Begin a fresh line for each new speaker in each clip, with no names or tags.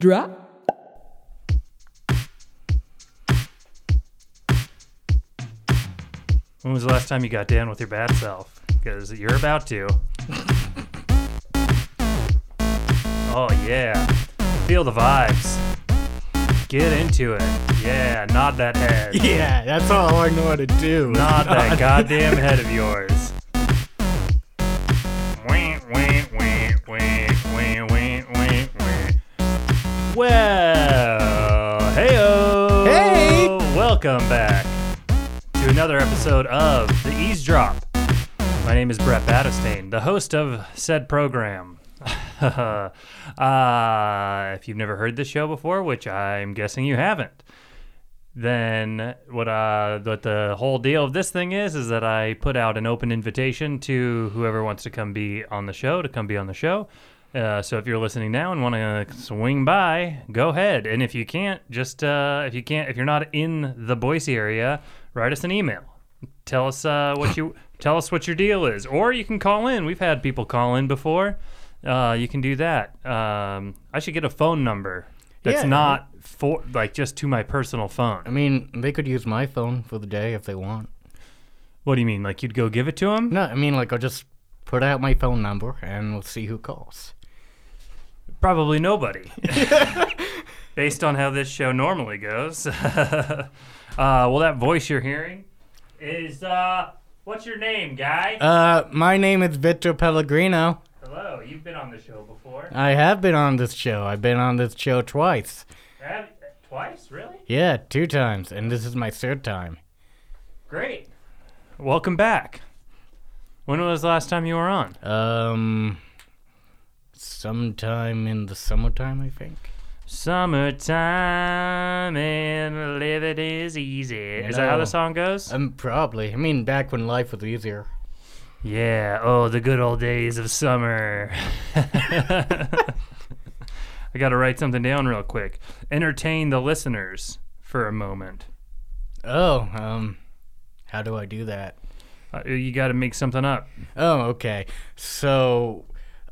drop.
When was the last time you got down with your bad self? Because you're about to. Oh, yeah. Feel the vibes. Get into it. Yeah, nod that head.
Yeah, that's all I know how to do.
Nod that goddamn head of yours. Wah, wah, wah, wah, wah, wah, wah, wah. Well, heyo.
Hey.
Welcome back to another episode of The Eavesdrop. My name is Brett Battistane, the host of said program. uh, if you've never heard this show before, which I'm guessing you haven't, then what uh what the whole deal of this thing is is that I put out an open invitation to whoever wants to come be on the show to come be on the show. Uh, so if you're listening now and want to swing by, go ahead. And if you can't, just uh, if you can't, if you're not in the Boise area, write us an email. Tell us uh, what you tell us what your deal is, or you can call in. We've had people call in before. Uh, you can do that. Um, I should get a phone number that's
Yeah.
not for like just to my personal phone.
I mean, they could use my phone for the day if they want.
What do you mean? Like you'd go give it to him?
No, I mean, like, I'll just put out my phone number and we'll see who calls.
Probably nobody. Based on how this show normally goes. uh, well, that voice you're hearing is uh, what's your name, guy?
Uh, my name is Victor Pellegrino.
Hello, you've been on the show before.
I have been on this show. I've been on this show twice.
Have- eh, twice, really?
Yeah, two times, and this is my third time.
Great. Welcome back. When was the last time you were on?
Um, sometime in the summertime, I think.
Summertime and living is easy. Is that how
No.
the song goes?
Um, probably. I mean, back when life was easier.
Yeah. Oh, the good old days of summer. I got to write something down real quick. Entertain the listeners for a moment.
Oh, um, how do I do that?
Uh, you got to make something up.
Oh, okay. So,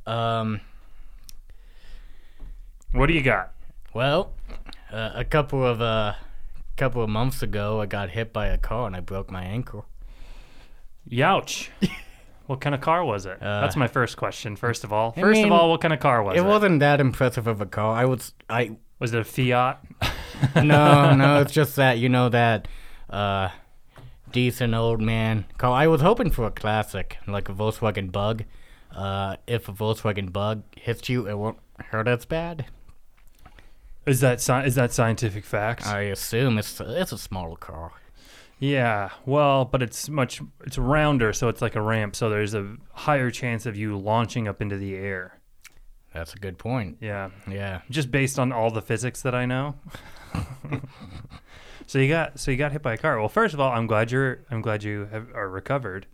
um,
What do you got?
well, uh, a couple of uh, couple of months ago, I got hit by a car and I broke my ankle.
Youch. what kind of car was it? That's my first question. First of all,
I
first
mean,
of all, what kind of car was Uh, it?
It wasn't that impressive of a car. I was, I
was it a Fiat?
no, no. It's just that you know that uh, decent old man car. I was hoping for a classic, like a Volkswagen Bug. Uh, if a Volkswagen Bug hits you, it won't hurt as bad.
is that sci- is that scientific fact?
I assume it's it's a smaller car.
Yeah, well, but it's much it's rounder, so it's like a ramp, so there's a higher chance of you launching up into the air.
That's a good point.
Yeah,
Yeah.
just based on all the physics that I know. so you got so you got hit by a car. Well, first of all, I'm glad you're I'm glad you have, are recovered.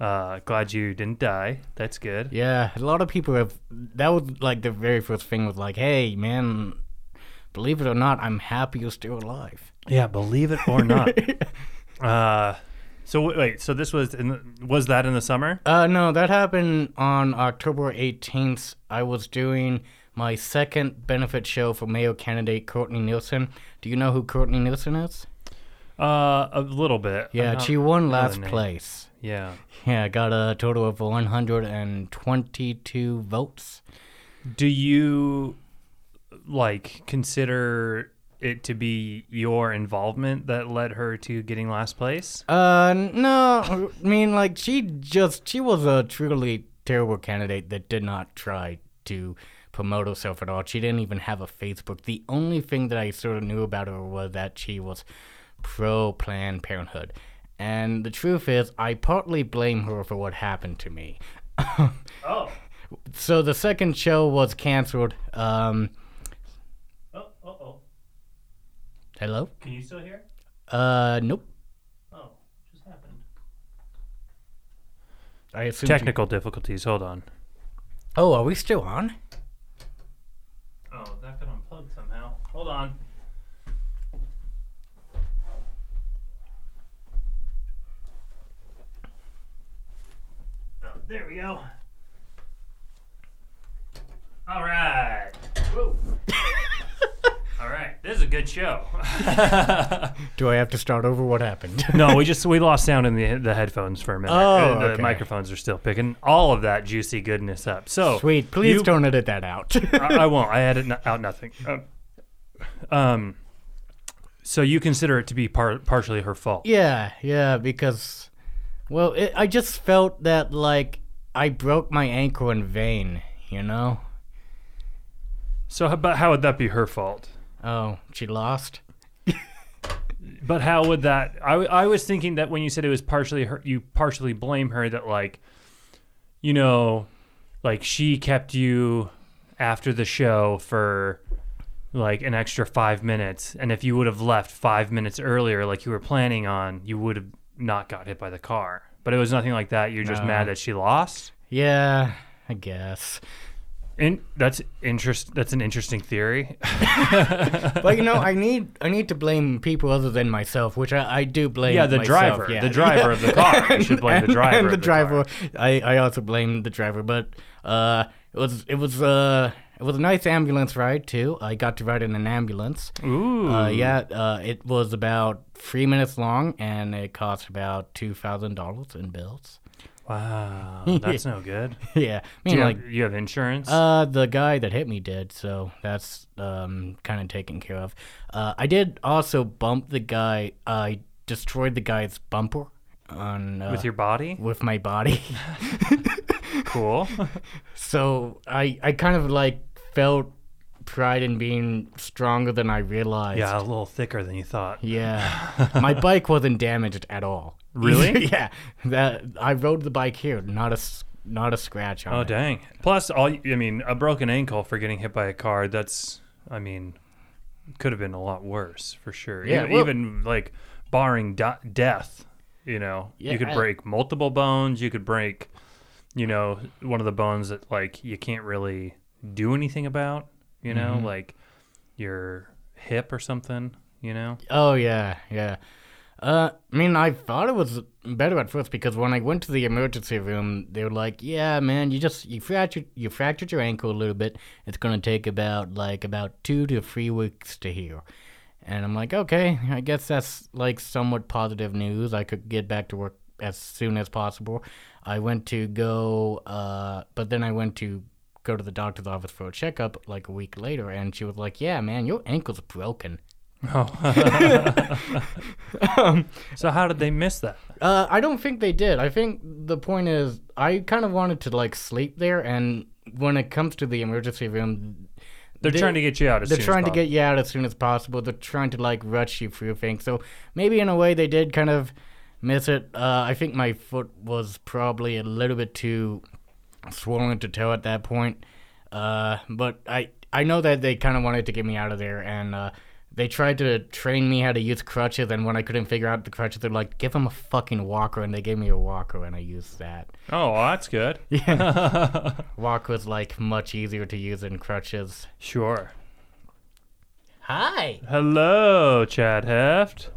Uh, glad you didn't die. That's good.
Yeah, a lot of people have. That was like the very first thing was like, "Hey, man, believe it or not, I'm happy you're still alive."
Yeah, believe it or not. uh, so w- wait, so this was in the, was that in the summer?
Uh, no, that happened on October 18th. I was doing my second benefit show for mayor candidate Courtney Nielsen. Do you know who Courtney Nielsen is?
Uh, a little bit. I'm
Yeah,
not-
she won
the
last
name.
place.
Yeah.
Yeah, got a total of 122 votes.
Do you like consider it to be your involvement that led her to getting last place?
Uh, no, I mean, like, she just, she was a truly terrible candidate that did not try to promote herself at all. She didn't even have a Facebook. The only thing that I sort of knew about her was that she was pro Planned Parenthood. And the truth is, I partly blame her for what happened to me.
Oh.
So the second show was canceled. Um,
Oh, oh, oh.
hello?
Can you still hear?
Uh, nope.
Oh, just happened.
I assume.
Technical difficulties. Hold on.
oh, are we still on?
Oh, that got unplugged somehow. Hold on. Oh, there we go. All right. Whoa. good show.
Do I have to start over? What happened?
no, we just we lost sound in the the headphones for a minute.
Oh,
Uh, the
okay.
microphones are still picking all of that juicy goodness up. So
Sweet. Please
you-
don't edit that out.
I, I won't. I edit no- out nothing. Um, Um, so you consider it to be par- partially her fault.
Yeah, yeah, because, well, it, I just felt that, like, I broke my ankle in vain, you know?
So, how- but how would that be her fault?
Oh, she lost?
But how would that? I, w- I was thinking that when you said it was partially her, you partially blame her that like, you know, like she kept you after the show for like an extra five minutes, and if you would have left five minutes earlier, like you were planning on, you would have not got hit by the car. But it was nothing like that. You're just
No.
mad that she lost.
Yeah, I guess.
In, that's interest. That's an interesting theory.
But you know, I need I need to blame people other than myself, which I, I do blame.
Yeah, the
myself,
driver.
yeah.
The driver of the car. You should blame the
And-
driver
And
of
the
the car.
driver. I, I also blame the driver, but uh, it was it was uh it was a nice ambulance ride too. I got to ride in an ambulance.
Ooh.
Uh, yeah, uh, it was about three minutes long, and it cost about two thousand dollars in bills.
Wow. That's no good.
yeah, I mean
Do you,
like.
have, you have insurance?
Uh, the guy that hit me did, so that's um kind of taken care of. Uh, I did also bump the guy. I destroyed the guy's bumper on uh,
with your body?
with my body.
Cool.
so I I kind of like felt pride in being stronger than I realized.
yeah, a little thicker than you thought.
Yeah. my bike wasn't damaged at all.
Really?
yeah. That I rode the bike here, not a s- not a scratch on
Oh
it.
dang. Plus all I mean, a broken ankle for getting hit by a car, that's I mean, could have been a lot worse for sure.
Yeah,
even,
well-
even, like barring do- death, you know.
Yeah,
you could
I-
break multiple bones, you could break you know, one of the bones that like you can't really do anything about, you know,
Mm-hmm.
like your hip or something, you know.
Oh yeah, yeah. Uh, I mean, I thought it was better at first because when I went to the emergency room, they were like, "Yeah, man, you just you fractured you fractured your ankle a little bit. It's gonna take about like about two to three weeks to heal." And I'm like, "Okay, I guess that's like somewhat positive news. I could get back to work as soon as possible." I went to go, uh, but then I went to go to the doctor's office for a checkup like a week later, and she was like, "Yeah, man, your ankle's broken." Oh. Um,
So how did they miss that?
Uh, I don't think they did. I think the point is, I kind of wanted to like sleep there, and when it comes to the emergency room,
They're
They-
trying to get you out as
they're
soon as
trying to
possible.
get you out as soon as possible. They're trying to like rush you through things. So maybe in a way, they did kind of miss it. Uh, I think my foot was probably a little bit too swollen to toe at that point. Uh, but I I know that they kind of wanted to get me out of there, and uh, they tried to train me how to use crutches. And when I couldn't figure out the crutches, they're like, "Give them a fucking walker," and they gave me a walker, and I used that.
Oh, well, that's good.
Walker was like much easier to use than crutches.
Sure.
Hi.
Hello, Chad Heft.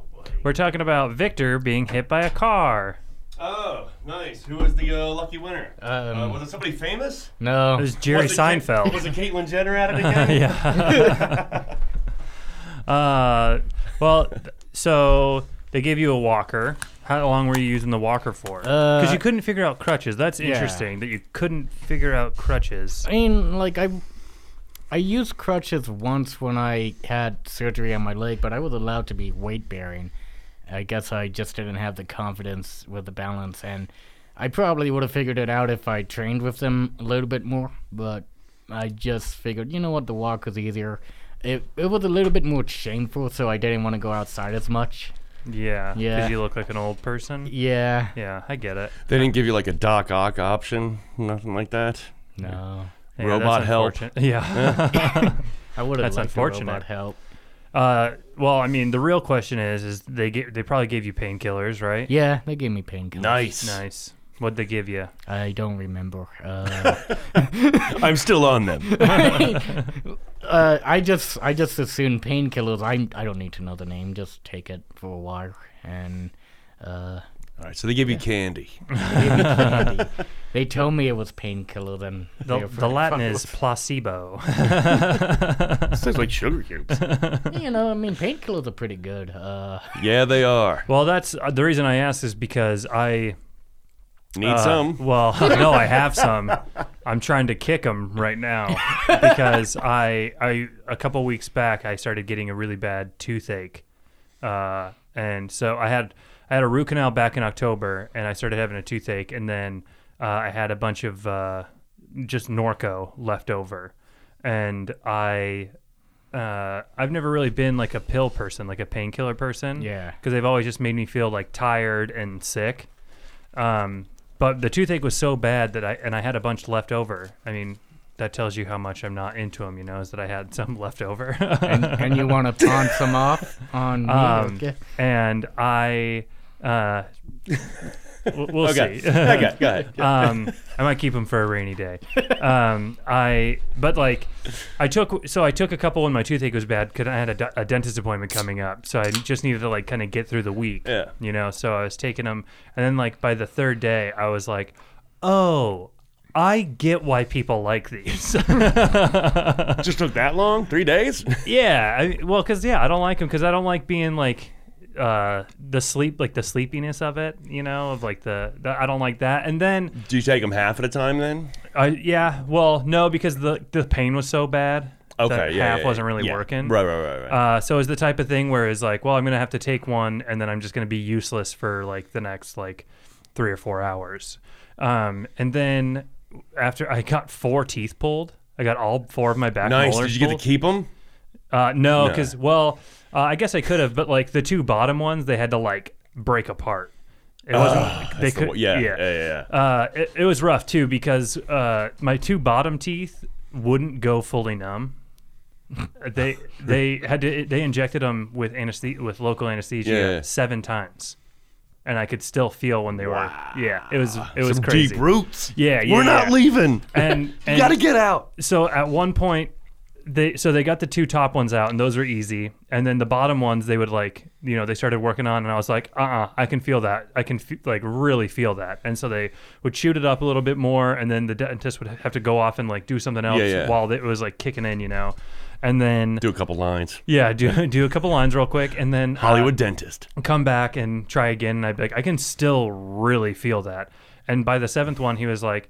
We're talking about Victor being hit by a car.
Oh, nice. Who was the uh, lucky winner?
Um,
Uh, was it somebody famous?
no.
It was Jerry
was it Ca-
Seinfeld.
was it Caitlyn Jenner at it again?
yeah. uh, well, th- so they gave you a walker. How long were you using the walker for? Because
Uh,
you couldn't figure out crutches. That's interesting that you couldn't figure out crutches.
I mean, like I, I used crutches once when I had surgery on my leg, but I was allowed to be weight bearing. I guess I just didn't have the confidence with the balance, and I probably would have figured it out if I trained with them a little bit more. But I just figured, you know what, the walk was easier. It it was a little bit more shameful, so I didn't want to go outside as much.
Yeah.
Yeah.
Because you look like an old person.
Yeah.
Yeah, I get it.
They didn't give you like a Doc Ock option, nothing like that.
No.
Yeah,
Robot
that's
help.
unfortunate. Yeah.
I would have
That's
liked
unfortunate.
The robot help.
Uh, well, I mean, the real question is, is they get, they probably gave you painkillers, right?
Yeah, they gave me painkillers.
Nice.
Nice. What'd they give you?
I don't remember. Uh,
I'm still on them.
uh, I just I just assume painkillers. I I don't need to know the name. Just take it for a while, and uh,
All right, so they give you candy.
They told me it was painkiller. Then
The, the Latin is placebo.
Sounds like sugar cubes.
you know, I mean, painkillers are pretty good. Uh,
Yeah, they are.
well, that's uh, the reason I asked is because I
Need
uh,
some?
Well, no, I have some. I'm trying to kick them right now because I I a couple weeks back I started getting a really bad toothache, uh, and so I had I had a root canal back in October, and I started having a toothache, and then uh, I had a bunch of uh, just Norco left over, and I. Uh, I've never really been like a pill person, like a painkiller person.
Yeah.
Because they've always just made me feel like tired and sick. Um, but the toothache was so bad that I and I had a bunch left over. I mean, that tells you how much I'm not into them. You know, is that I had some left over.
and, and you want to pawn some off on? me?
um,
Okay.
and I, uh, we'll, we'll
Okay. Uh,
see.
okay, go ahead.
um, I might keep them for a rainy day. Um, I but like I took so I took a couple when my toothache was bad because I had a, d- a dentist appointment coming up, so I just needed to like kind of get through the week.
Yeah.
you know. So I was taking them, and then like by the third day, I was like, oh. I get why people like these.
Just took that long? Three days?
yeah, I, well, because yeah, I don't like them because I don't like being like uh, the sleep, like the sleepiness of it, you know, of like the, the I don't like that. And then
Do you take them half at a time then?
I yeah. Well, no, because the the pain was so bad.
Okay,
that
yeah,
half
yeah,
wasn't really
yeah.
working.
Right, right, right, right.
Uh, so it's the type of thing where it's like, well, I'm gonna have to take one, and then I'm just gonna be useless for like the next like three or four hours. Um, and then after I got four teeth pulled, I got all four of my back
nice.
molars
Did you get to
pulled.
keep them?
Uh, no,
No.
because well, uh, I guess I could have, but like the two bottom ones, they had to like break apart. It wasn't.
Ah,
they could.
yeah, yeah, yeah, yeah.
Uh, it, it was rough too because uh, my two bottom teeth wouldn't go fully numb. they they had to they injected them with anesthesia with local anesthesia
Yeah.
seven times, and I could still feel when they were yeah it was it was
Some
crazy
deep roots.
yeah, yeah
We're not
yeah.
leaving.
and,
you
and
got to get out.
so at one point they so they got the two top ones out and those were easy and then the bottom ones they would like you know they started working on and i was like uh-uh i can feel that i can fe- like really feel that and so they would shoot it up a little bit more and then the dentist would have to go off and like do something else
yeah.
while it was like kicking in you know and then
Do a couple lines.
yeah do do a couple lines real quick and then uh,
Hollywood dentist.
come back and try again and i'd be like i can still really feel that and by the seventh one he was like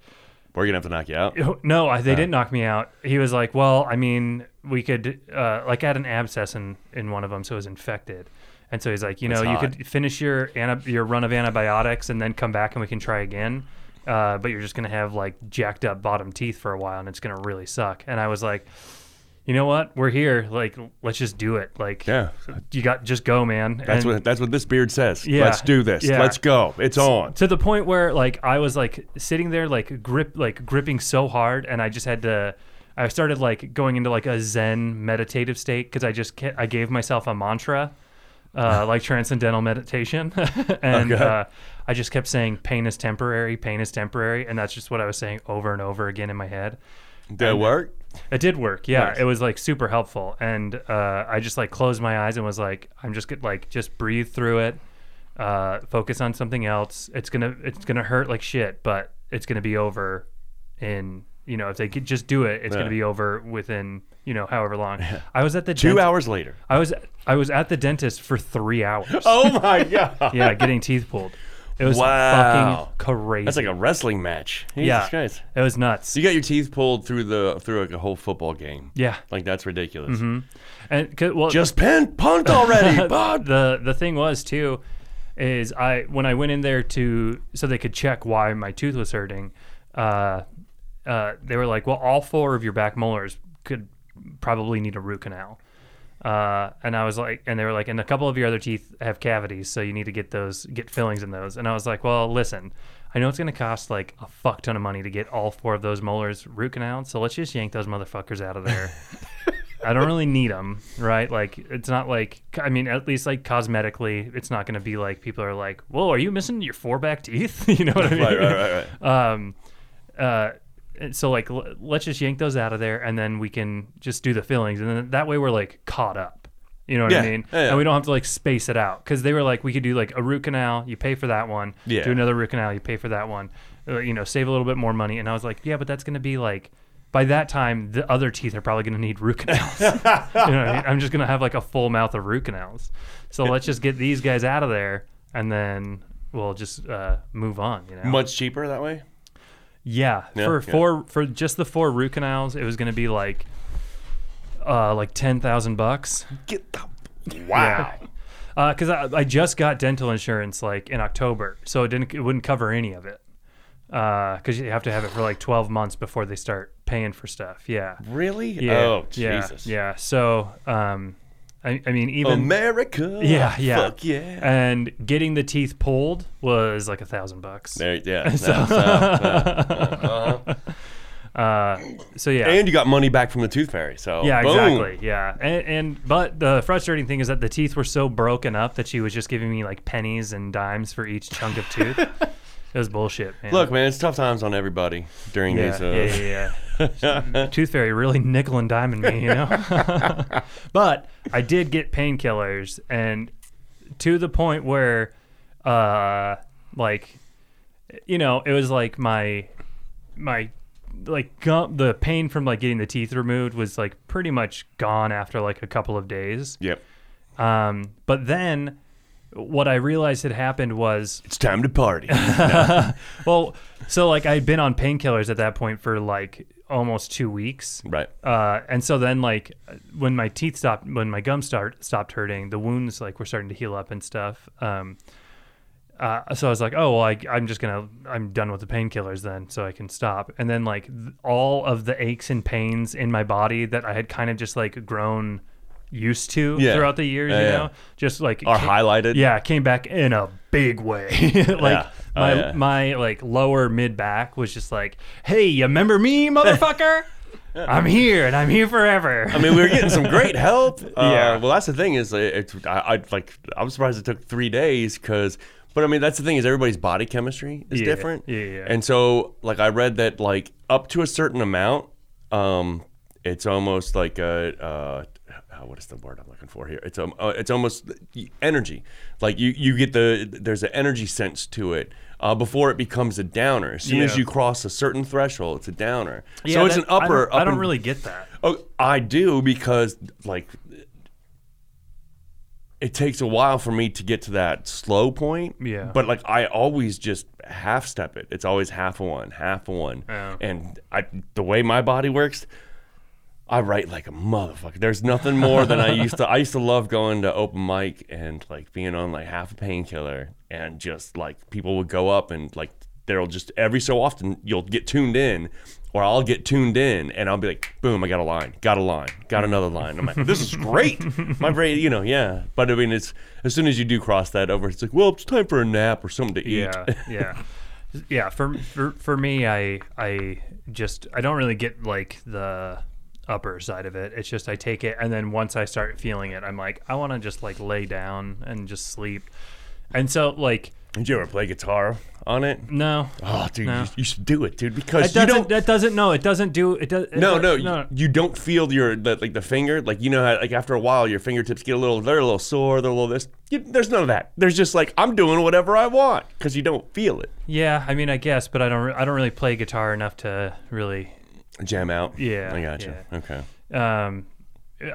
We're gonna have to knock you out.
no, I, they
Uh.
didn't knock me out. He was like, "Well, I mean, we could uh, like I had an abscess in in one of them, so it was infected." And so he's like, "You know, you could finish your anti- your run of antibiotics and then come back and we can try again." Uh, but you're just gonna have like jacked up bottom teeth for a while, and it's gonna really suck. And I was like, you know what? We're here. Like, let's just do it. Like,
Yeah.
you got just go, man.
That's
And-
what that's what this beard says.
Yeah,
Let's do this.
yeah.
Let's go. It's on.
to the point where like I was like sitting there like grip like gripping so hard and I just had to I started like going into like a zen meditative state cuz I just ca- I gave myself a mantra uh, like transcendental meditation and
Okay.
uh, I just kept saying pain is temporary pain is temporary and that's just what I was saying over and over again in my head
Did it work?
it did work. Yeah,
Nice.
it was like super helpful, and uh, I just like closed my eyes and was like, I'm just gonna like just breathe through it, uh, focus on something else. It's gonna it's gonna hurt like shit, but it's gonna be over. In you know, if they could just do it, it's
Yeah.
gonna be over within you know however long. I was at the
Two
dent-
hours later.
I was I was at the dentist for three hours.
Oh my god.
yeah, getting teeth pulled. It was
Wow.
fucking crazy.
That's like a wrestling match. Jesus
yeah,
Christ.
it was nuts.
You got your teeth pulled through the through like a whole football game.
yeah,
Like that's ridiculous.
and 'cause- well,
Just pen punt already, bud.
the the thing was too is I when I went in there to so they could check why my tooth was hurting, uh, uh, they were like, well, all four of your back molars could probably need a root canal. Uh, and I was like, and they were like, and a couple of your other teeth have cavities, so you need to get those, get fillings in those. And I was like, well, listen, I know it's going to cost like a fuck ton of money to get all four of those molars root canal, so let's just yank those motherfuckers out of there. I don't really need them, right? Like, it's not like, I mean, at least like cosmetically, it's not going to be like people are like, whoa, are you missing your four back teeth? you know what I mean?
Right, right, right, right.
um, uh, and so like l- let's just yank those out of there, and then we can just do the fillings, and then that way we're like caught up. You know what
Yeah,
I mean?
yeah, yeah.
And we don't have to like space it out because they were like, we could do like a root canal, you pay for that one.
Yeah.
Do another root canal, you pay for that one. Uh, you know, save a little bit more money. And I was like, yeah, but that's going to be like, by that time, the other teeth are probably going to need root canals. you know what I mean? I'm just going to have like a full mouth of root canals. So let's just get these guys out of there and then we'll just uh, move on. You know.
Much cheaper that way.
Yeah,
Yeah,
for
yeah.
four for just the four root canals, it was gonna be like, uh, like ten thousand bucks.
Get the wow.
Because I, I just got dental insurance like in October, so it didn't it wouldn't cover any of it. Because you have to have it for like twelve months before they start paying for stuff. Yeah.
Really?
Yeah.
oh
yeah,
Jesus.
Yeah. So, um, I, I mean, even
America.
yeah, yeah,
Fuck yeah.
And getting the teeth pulled was like a thousand bucks.
There, yeah. no, no, no, uh-huh.
Uh, So yeah.
And you got money back from the tooth fairy. So
Yeah,
boom.
exactly. Yeah, and, and but the frustrating thing is that the teeth were so broken up that she was just giving me like pennies and dimes for each chunk of tooth. it was bullshit, man.
Look, man, it's tough times on everybody during
yeah,
these. Uh,
yeah, yeah, yeah. Tooth fairy really nickel and diming me, you know. but I did get painkillers, and to the point where, uh, like, you know, it was like my my like gum the pain from like getting the teeth removed was like pretty much gone after like a couple of days.
Yep.
Um, but then what I realized had happened was
It's time to party.
well, so like I'd been on painkillers at that point for like almost two weeks.
right.
Uh, and so then like when my teeth stopped, when my gums start stopped hurting, the wounds like were starting to heal up and stuff. Um, uh, so I was like, oh, well, I, I'm just gonna, I'm done with the painkillers then, so I can stop. And then like th- all of the aches and pains in my body that I had kind of just like grown used to
Yeah.
throughout the years,
Yeah,
you
yeah.
know, just like
Are
ca-
highlighted.
yeah, it came back in a big way. like
Yeah. Oh,
my
yeah.
my like lower mid back was just like, "Hey, you remember me, motherfucker? I'm here and I'm here forever."
I mean, we were getting some great help. Uh,
Yeah.
Well, that's the thing is, like, it's, I, I like. I'm surprised it took three days because, but I mean, that's the thing is everybody's body chemistry is
Yeah,
different.
yeah, yeah.
And so, like, I read that like up to a certain amount, um, it's almost like a. Uh, uh, what is the word I'm looking for here? It's um, uh, it's almost energy. Like you, you get the there's an energy sense to it uh, before it becomes a downer. As soon as
Yeah.
you cross a certain threshold, it's a downer.
Yeah,
so it's
that-
an upper.
I don't, I
up
don't
and-
really get that.
Oh, I do because like it takes a while for me to get to that slow point.
Yeah.
But like I always just half step it. It's always half a one, half a one.
Yeah.
And I the way my body works, I write like a motherfucker. There's nothing more than I used to. I used to love going to open mic and like being on like half a painkiller and just like people would go up and like there'll just every so often you'll get tuned in or I'll get tuned in and I'll be like, boom, I got a line, got a line, got another line. I'm like, this is great. My brain, you know, yeah. But I mean, it's as soon as you do cross that over, it's like, well, it's time for a nap or something to eat.
Yeah, yeah, yeah. For, for for me, I I just I don't really get like the upper side of it. It's just I take it, and then once I start feeling it, I'm like, I want to just like lay down and just sleep. And so like
Did you ever play guitar on it?
no,
Oh, dude,
No.
you, you should do it, dude,
That
because you
doesn't.
don't.
that doesn't. No, it doesn't do. It does.
No,
it,
no, you- You, don't feel your the, like the finger. Like you know, how, like after a while, your fingertips get a little. They're a little sore. They're a little this. You, there's none of that. There's just like I'm doing whatever I want because you don't feel it.
yeah, I mean, I guess, but I don't. re- I don't really play guitar enough to really.
Jam out.
Yeah,
I gotcha.
yeah.
Okay.
Um,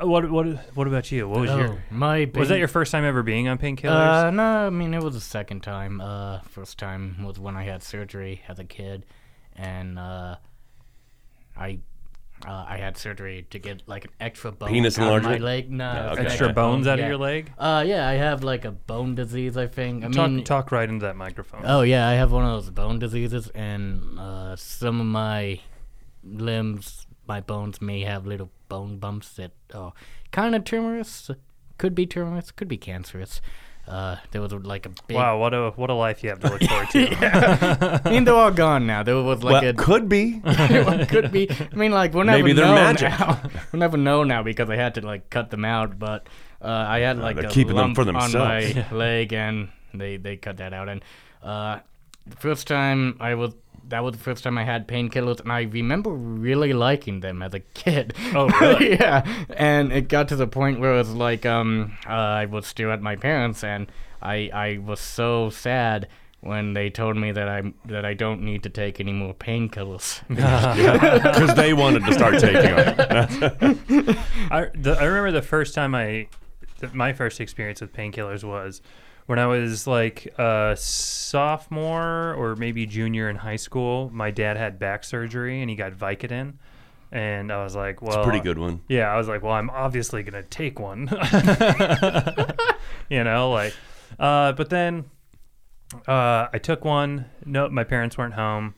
what what what about you? What was
Oh,
your?
my pain-
Was that your first time ever being on painkillers?
Uh, no, I mean it was the second time. Uh, first time was when I had surgery as a kid, and uh, I. Uh, I had surgery to get like an extra bone
Penis
out of my
enlargement?
leg. No, it was an
okay.
Extra bones out of
yeah.
your leg?
Uh, yeah, I have like a bone disease. I think. I
Talk
mean,
talk right into that microphone.
Oh yeah, I have one of those bone diseases, and uh, some of my limbs, my bones may have little bone bumps that are kind of tumorous, could be tumorous, could be cancerous. Uh, there was like a big.
wow, what a what a life you have to look forward to.
I mean, they're all gone now. There was like
Well, could be.
a. what could be. I mean, like we'll never
Maybe they're
know
magic.
now. we'll never know now because I had to like cut them out. But uh, I had like
they're
a
keeping
lump
them for
on
themselves.
my leg, and they they cut that out. And uh, the first time I was that was the first time I had painkillers, and I remember really liking them as a kid.
Oh, really?
yeah. And it got to the point where it was like, um, uh, I was still at my parents, and I I was so sad when they told me that I that I don't need to take any more painkillers.
because they wanted to start taking them.
I, the, I remember the first time I, th- my first experience with painkillers was when I was like a sophomore or maybe junior in high school. My dad had back surgery and he got Vicodin, and I was like, well,
Pretty good one.
Yeah, I was like, well, I'm obviously gonna take one. you know, like, uh, but then uh, I took one. No, my parents weren't home.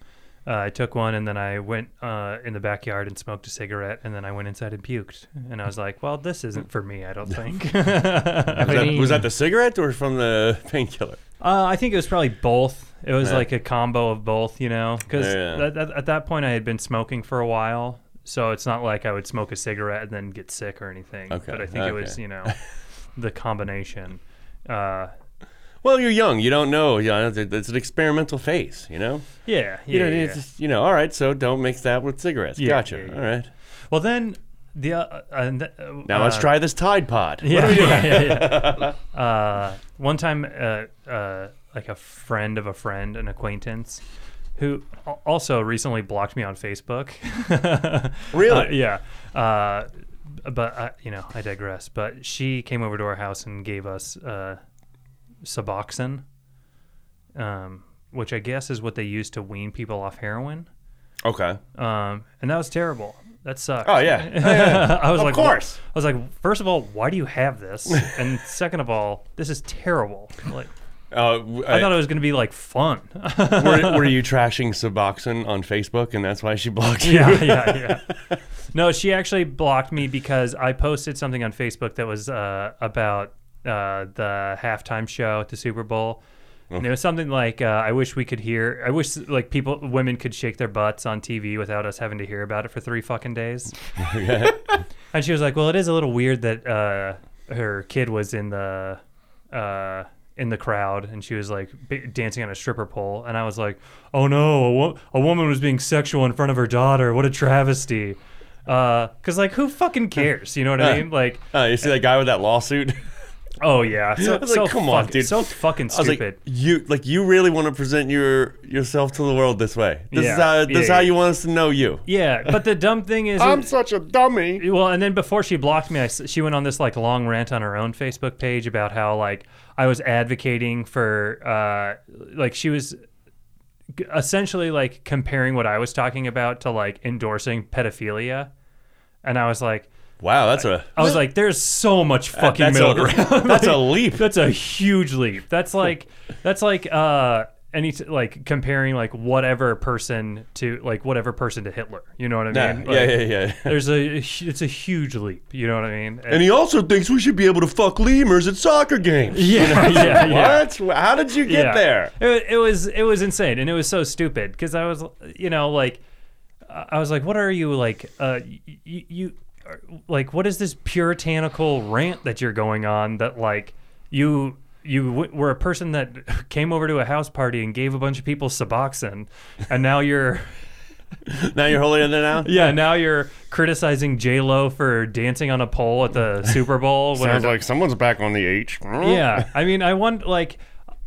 Uh, I took one, and then I went uh, in the backyard and smoked a cigarette, and then I went inside and puked. And I was like, well, this isn't for me, I don't think. uh,
Was that, was that the cigarette or from the painkiller?
Uh, I think it was probably both. It was
Yeah.
like a combo of both, you know, because
Yeah.
at that point I had been smoking for a while. So it's not like I would smoke a cigarette and then get sick or anything.
Okay,
But I think it was,
okay.
you know, the combination. Uh,
Well, you're young. You don't know. You know, it's- it's an experimental phase. You know.
yeah. Yeah.
You know.
yeah,
It's
yeah.
just, you know. All right. So don't mix that with cigarettes.
Yeah,
gotcha.
yeah, yeah.
All right.
Well, then the uh, and th- uh,
Now let's
uh,
try this Tide Pod.
Yeah, yeah, yeah, yeah. uh, one time, uh, uh, like a friend of a friend, an acquaintance, who al- also recently blocked me on Facebook.
Really?
Uh, yeah. Uh, but uh, you know, I digress. But she came over to our house and gave us uh, Suboxone, um, which I guess is what they use to wean people off heroin.
Okay.
Um, and that was terrible. That sucked.
Oh yeah. Oh, yeah.
I was
Of
like,
course.
wh- I was like, first of all, why do you have this? And second of all, this is terrible. Like,
Uh, w-
I thought it was gonna be like fun. yeah,
were, were you trashing Suboxone on Facebook, and that's why she blocked you?
yeah, yeah. No, she actually blocked me because I posted something on Facebook that was uh, about uh, the halftime show at the Super Bowl. And it was something like, uh, "I wish we could hear. I wish like people, women could shake their butts on TV without us having to hear about it for three fucking days." And she was like, "Well, it is a little weird that uh, her kid was in the uh, in the crowd, and she was like b- dancing on a stripper pole." And I was like, "Oh no, a, wo- a woman was being sexual in front of her daughter. What a travesty!" Because like, who fucking cares? You know what I mean? Like,
Uh, you see that guy with that lawsuit?
oh yeah, so,
I was like,
so
come on,
fuck-
dude.
so fucking
I was
stupid.
like, you like you really want to present your yourself to the world this way? This
Yeah.
is how this
Yeah,
is how
yeah.
you want us to know you.
yeah, but the dumb thing is,
such a dummy.
Well, and then before she blocked me, I s she went on this like long rant on her own Facebook page about how like I was advocating for uh, like she was g- essentially like comparing what I was talking about to like endorsing pedophilia, and I was like,
Wow, that's a
I was like, there's so much fucking
that's
middle
a,
ground.
that's a leap.
That's a huge leap. That's like that's like uh any t- like comparing like whatever person to like whatever person to Hitler. You know what I
Yeah,
mean?
yeah,
Like,
yeah, yeah.
There's a it's a huge leap. You know what I mean?
And he also thinks we should be able to fuck lemurs at soccer games.
yeah, yeah, yeah.
What? How did you get
Yeah.
there?
It, wa- it was it was insane, and it was so stupid because I was you know like I I was like, what are you like? Uh, you, you are- like what is this puritanical rant that you're going on that like you. You w- were a person that came over to a house party and gave a bunch of people Suboxone, and now you're,
Now you're holding in there now.
yeah, now you're criticizing J Lo for dancing on a pole at the Super Bowl. when it-
like someone's back on the H.
yeah i mean i want like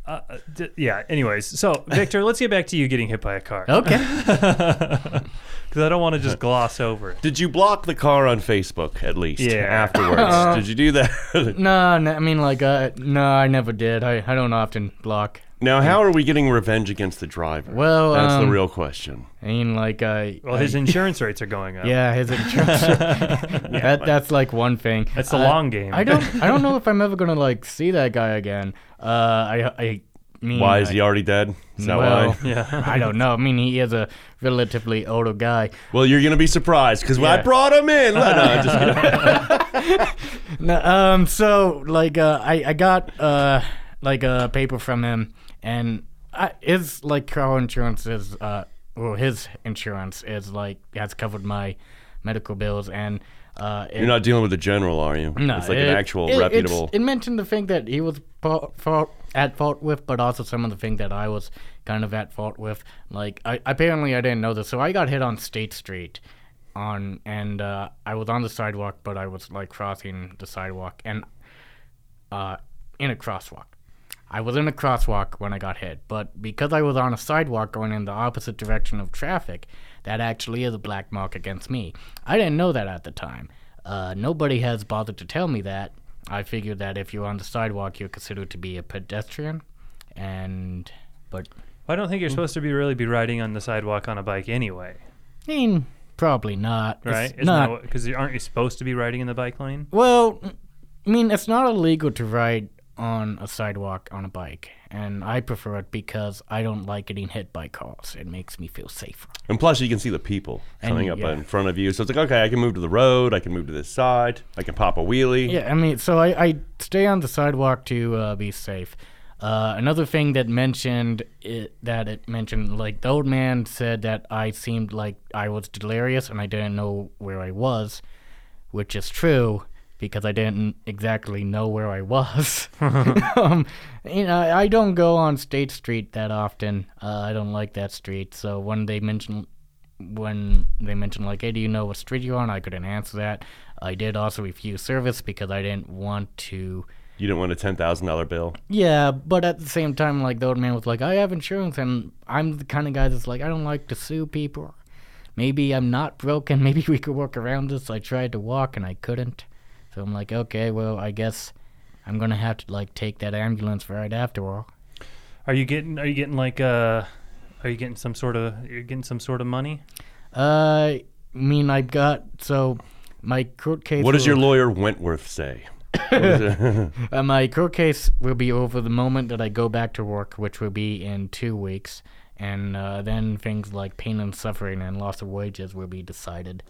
uh, uh, d- yeah anyways so victor let's get back to you getting hit by a car
okay.
because i don't want to just gloss over it
Did you block the car on Facebook at least?
Yeah.
Afterwards, did you do that?
No, no, I mean like uh, no, I never did. I, I don't often block.
now, how are we getting revenge against the driver?
Well,
that's the
um,
real question.
I mean like uh, I.
well his insurance rates are going up
Yeah, his insurance. that that's like one thing.
that's the
I-
long game
I don't I don't know if I'm ever gonna like see that guy again. Uh, I I mean
Why is
I,
he already dead? Is that
Mm. well,
why?
yeah
I don't know. I mean, he is a relatively older guy.
Well, you're gonna be surprised because when I
Yeah.
brought him in. No, I'm just kidding.
No, um, so like, uh, I I got uh like a paper from him, and I, his like car insurance is uh well his insurance is like has covered my medical bills, and uh, it,
You're not dealing with the general, are you?
no,
it's like
it-
an actual
it- it's-
reputable.
It mentioned the thing that he was fa- fault, at fault with, but also some of the thing that I was kind of at fault with. Like I, apparently I didn't know this, so I got hit on State Street, on and uh, I was on the sidewalk, but I was like crossing the sidewalk and uh, in a crosswalk. I was in a crosswalk when I got hit, but because I was on a sidewalk going in the opposite direction of traffic, that actually is a black mark against me. I didn't know that at the time. Uh, nobody has bothered to tell me that. I figured that if you're on the sidewalk, you're considered to be a pedestrian, and but
I don't think
Mm.
you're supposed to be really be riding on the sidewalk on a bike anyway,
I mean, probably not. It's
right?
not-
because aren't you supposed to be riding in the bike lane?
Well, I mean, it's not illegal to ride on a sidewalk on a bike, and I prefer it because I don't like getting hit by cars. It makes me feel safer.
and plus, you can see the people coming up
yeah.
in front of you. So it's like, okay, I can move to the road. I can move to this side. I can pop a wheelie.
Yeah, I mean, so I, I stay on the sidewalk to uh, be safe. Uh, another thing that mentioned it, that it mentioned, like the old man said that I seemed like I was delirious and I didn't know where I was, which is true because I didn't exactly know where I was. um, you know, I don't go on State Street that often. Uh, I don't like that street. So when they mention when they mentioned like, "Hey, do you know what street you're on?" I couldn't answer that. I did also refuse service because I didn't want to.
You don't want a ten thousand dollar bill.
Yeah, but at the same time, like the old man was like, "I have insurance," and I'm the kind of guy that's like, "I don't like to sue people." Maybe I'm not broken. Maybe we could work around this. I tried to walk and I couldn't, so I'm like, "Okay, well, I guess I'm gonna have to like take that ambulance ride after all."
Are you getting? Are you getting like uh? Are you getting some sort of? You're getting some sort of money?
Uh, I mean, I got so my court case.
What does
was-
your lawyer Wentworth say? What is it?
Uh, my court case will be over the moment that I go back to work, which will be in two weeks, and uh, then things like pain and suffering and loss of wages will be decided.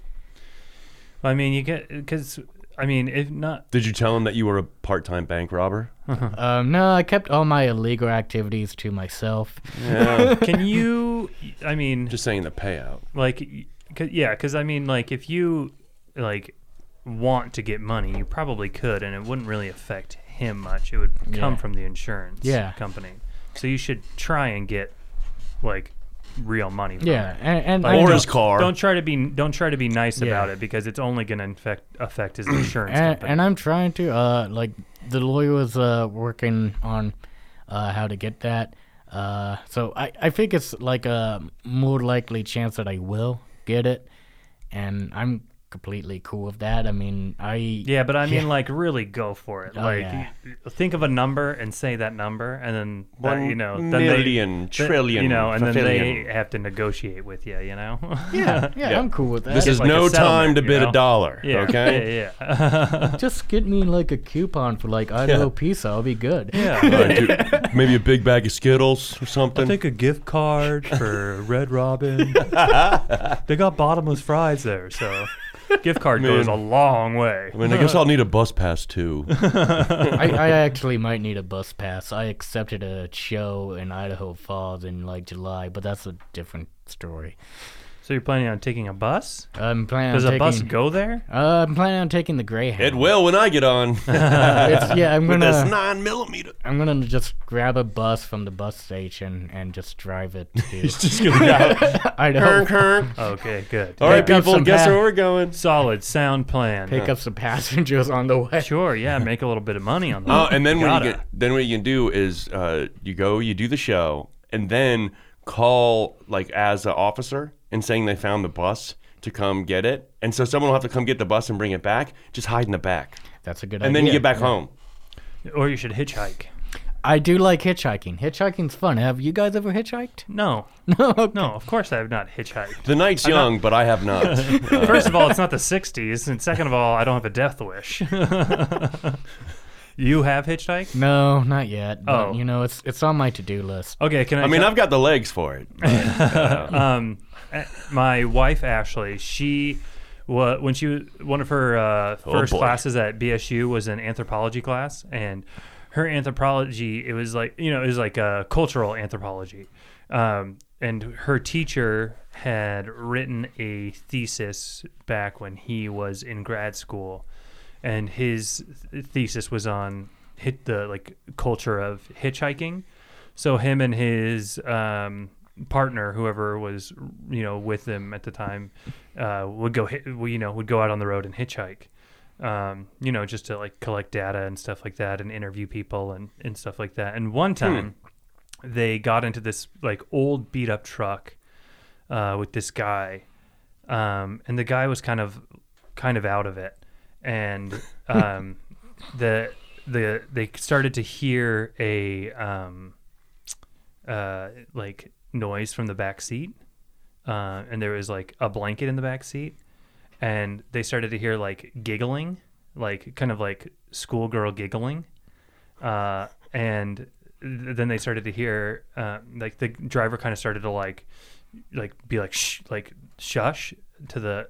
I mean, you get because I mean, if not,
Did you tell him that you were a part time bank robber?
Um, no, I kept all my illegal activities to myself.
Yeah.
can you? I mean,
Just saying the payout.
like, y- 'cause- yeah, because I mean, like, if you like want to get money, you probably could, and it wouldn't really affect him much. It would come
Yeah.
from the insurance
Yeah.
company. So you should try and get like real money. From
Yeah,
it.
Uh, and, and
Like,
I
Or
don't-
his car.
Don't try to be don't try to be nice
Yeah.
about it because it's only going to affect affect his insurance
and,
company.
and I'm trying to uh like the lawyer was uh working on uh how to get that uh so I I think it's like a more likely chance that I will get it and I'm completely cool with that I mean I
Yeah, but I mean, like, really go for it.
Oh,
like,
yeah.
y- think of a number and say that number, and then that,
One
you know, then
million,
they,
trillion,
you know, and then
fafillion.
they have to negotiate with you, you know.
yeah, yeah
Yeah.
I'm cool with that
This is
like a
no time
settlement,
to
you
bid
know?
a dollar.
yeah,
Okay.
yeah, yeah.
just get me like a coupon for like I
Yeah.
know pizza I'll be good
yeah.
Uh, do- maybe a big bag of Skittles or something.
Take a gift card for Red Robin. they got bottomless fries there, so gift card goes a
Man.
long way.
I mean, I guess I'll need a bus pass too.
I, I actually might need a bus pass. I accepted a show in Idaho Falls in like July, but that's a different story.
So you're planning on taking a bus?
I'm planning
Does
on
a bus
taking-
go there?
Uh, I'm planning on taking the Greyhound.
It will when I get on.
It's- yeah, I'm
With this
gonna
nine millimeter.
I'm gonna just grab a bus from the bus station and just drive it
He's
to
just gonna go.
Idaho.
Kirk, Kirk.
Okay, good.
All right,
Pick up
people.
some
Guess
pa-
where we're going.
Solid sound plan.
Pick up some passengers on the way.
Sure, yeah, make a little bit of money on that.
Oh, and then what
Gotta.
you can, then what you can do is uh, you go, you do the show, and then call like as an officer and saying they found the bus to come get it, and so someone will have to come get the bus and bring it back. Just hide in the back,
That's a good idea.
and then you get back home.
or you should hitchhike.
I do like hitchhiking. Hitchhiking's fun. Have you guys ever hitchhiked?
No,
No. okay.
no, of course I have not hitchhiked.
The night's young, but I have not.
First of all, it's not the '60s, and second of all, I don't have a death wish. you have hitchhiked?
No, not yet. But,
Oh.
you know, it's it's on my to-do list.
Okay, can I?
I mean,
tell-
I've got the legs for it.
um, eh, my wife Ashley, she. wa when she was one of her uh,
Oh,
first
boy.
classes at BSU was an anthropology class, and her anthropology it was like you know it was like uh, cultural anthropology, um, and her teacher had written a thesis back when he was in grad school, and his th- thesis was on hit the like culture of hitchhiking. So him and his um, partner, whoever was you know with them at the time, uh, would go hit, you know would go out on the road and hitchhike. Um, you know, just to like collect data and stuff like that, and interview people and and stuff like that. And one time, they got into this like old beat up truck uh, with this guy, um, and the guy was kind of kind of out of it, and um, the the they started to hear a um, uh, like noise from the back seat, uh, and there was like a blanket in the back seat, and they started to hear like giggling, like kind of like schoolgirl giggling, uh, and th- then they started to hear uh, like the driver kind of started to like like be like shh like shush to the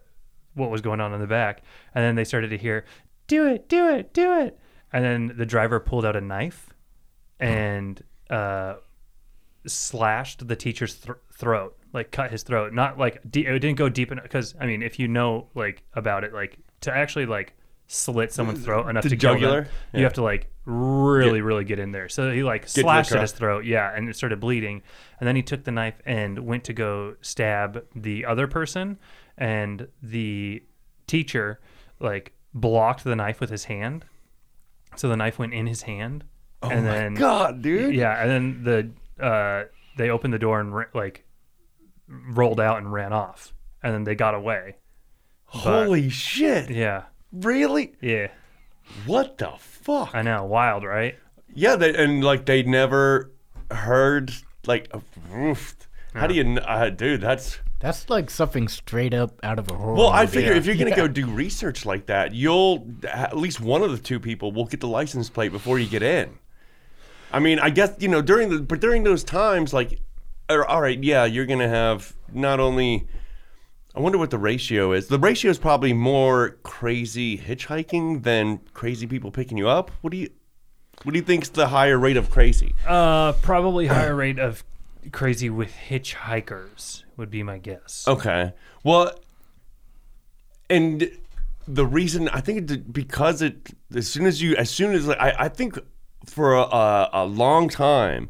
what was going on in the back and then they started to hear do it do it do it and then the driver pulled out a knife and uh slashed the teacher's thr throat, like cut his throat. Not like de- it didn't go deep enough because I mean, if you know like about it, like to actually like slit someone's throat enough
The
to kill them,
jugular?
you
Yeah.
have to like really, really get in there. So he like
the
slashed at
crust.
his throat, yeah, and it started bleeding. And then he took the knife and went to go stab the other person, and the teacher like blocked the knife with his hand. So the knife went in his hand, and then
Oh God, dude.
yeah, and then the uh, they opened the door and ra- like rolled out and ran off, and then they got away.
Holy shit.
Yeah,
Really?
yeah,
What the fuck?
I know, wild, right?
Yeah, they, and like they never heard like a roof. How do you, kn- uh, dude? That's
That's like something straight up out of a horror.
well. I
movie.
figure if you're gonna go do research like that, you'll at least one of the two people will get the license plate before you get in. I mean, I guess you know during the but during those times, like, or, all right, yeah, you're gonna have not only. I wonder what the ratio is. The ratio is probably more crazy hitchhiking than crazy people picking you up. What do you, what do you think's the higher rate of crazy?
Uh, probably higher rate of crazy with hitchhikers would be my guess.
Okay. Well, and the reason I think it, because it as soon as you as soon as I I think for a, a, a long time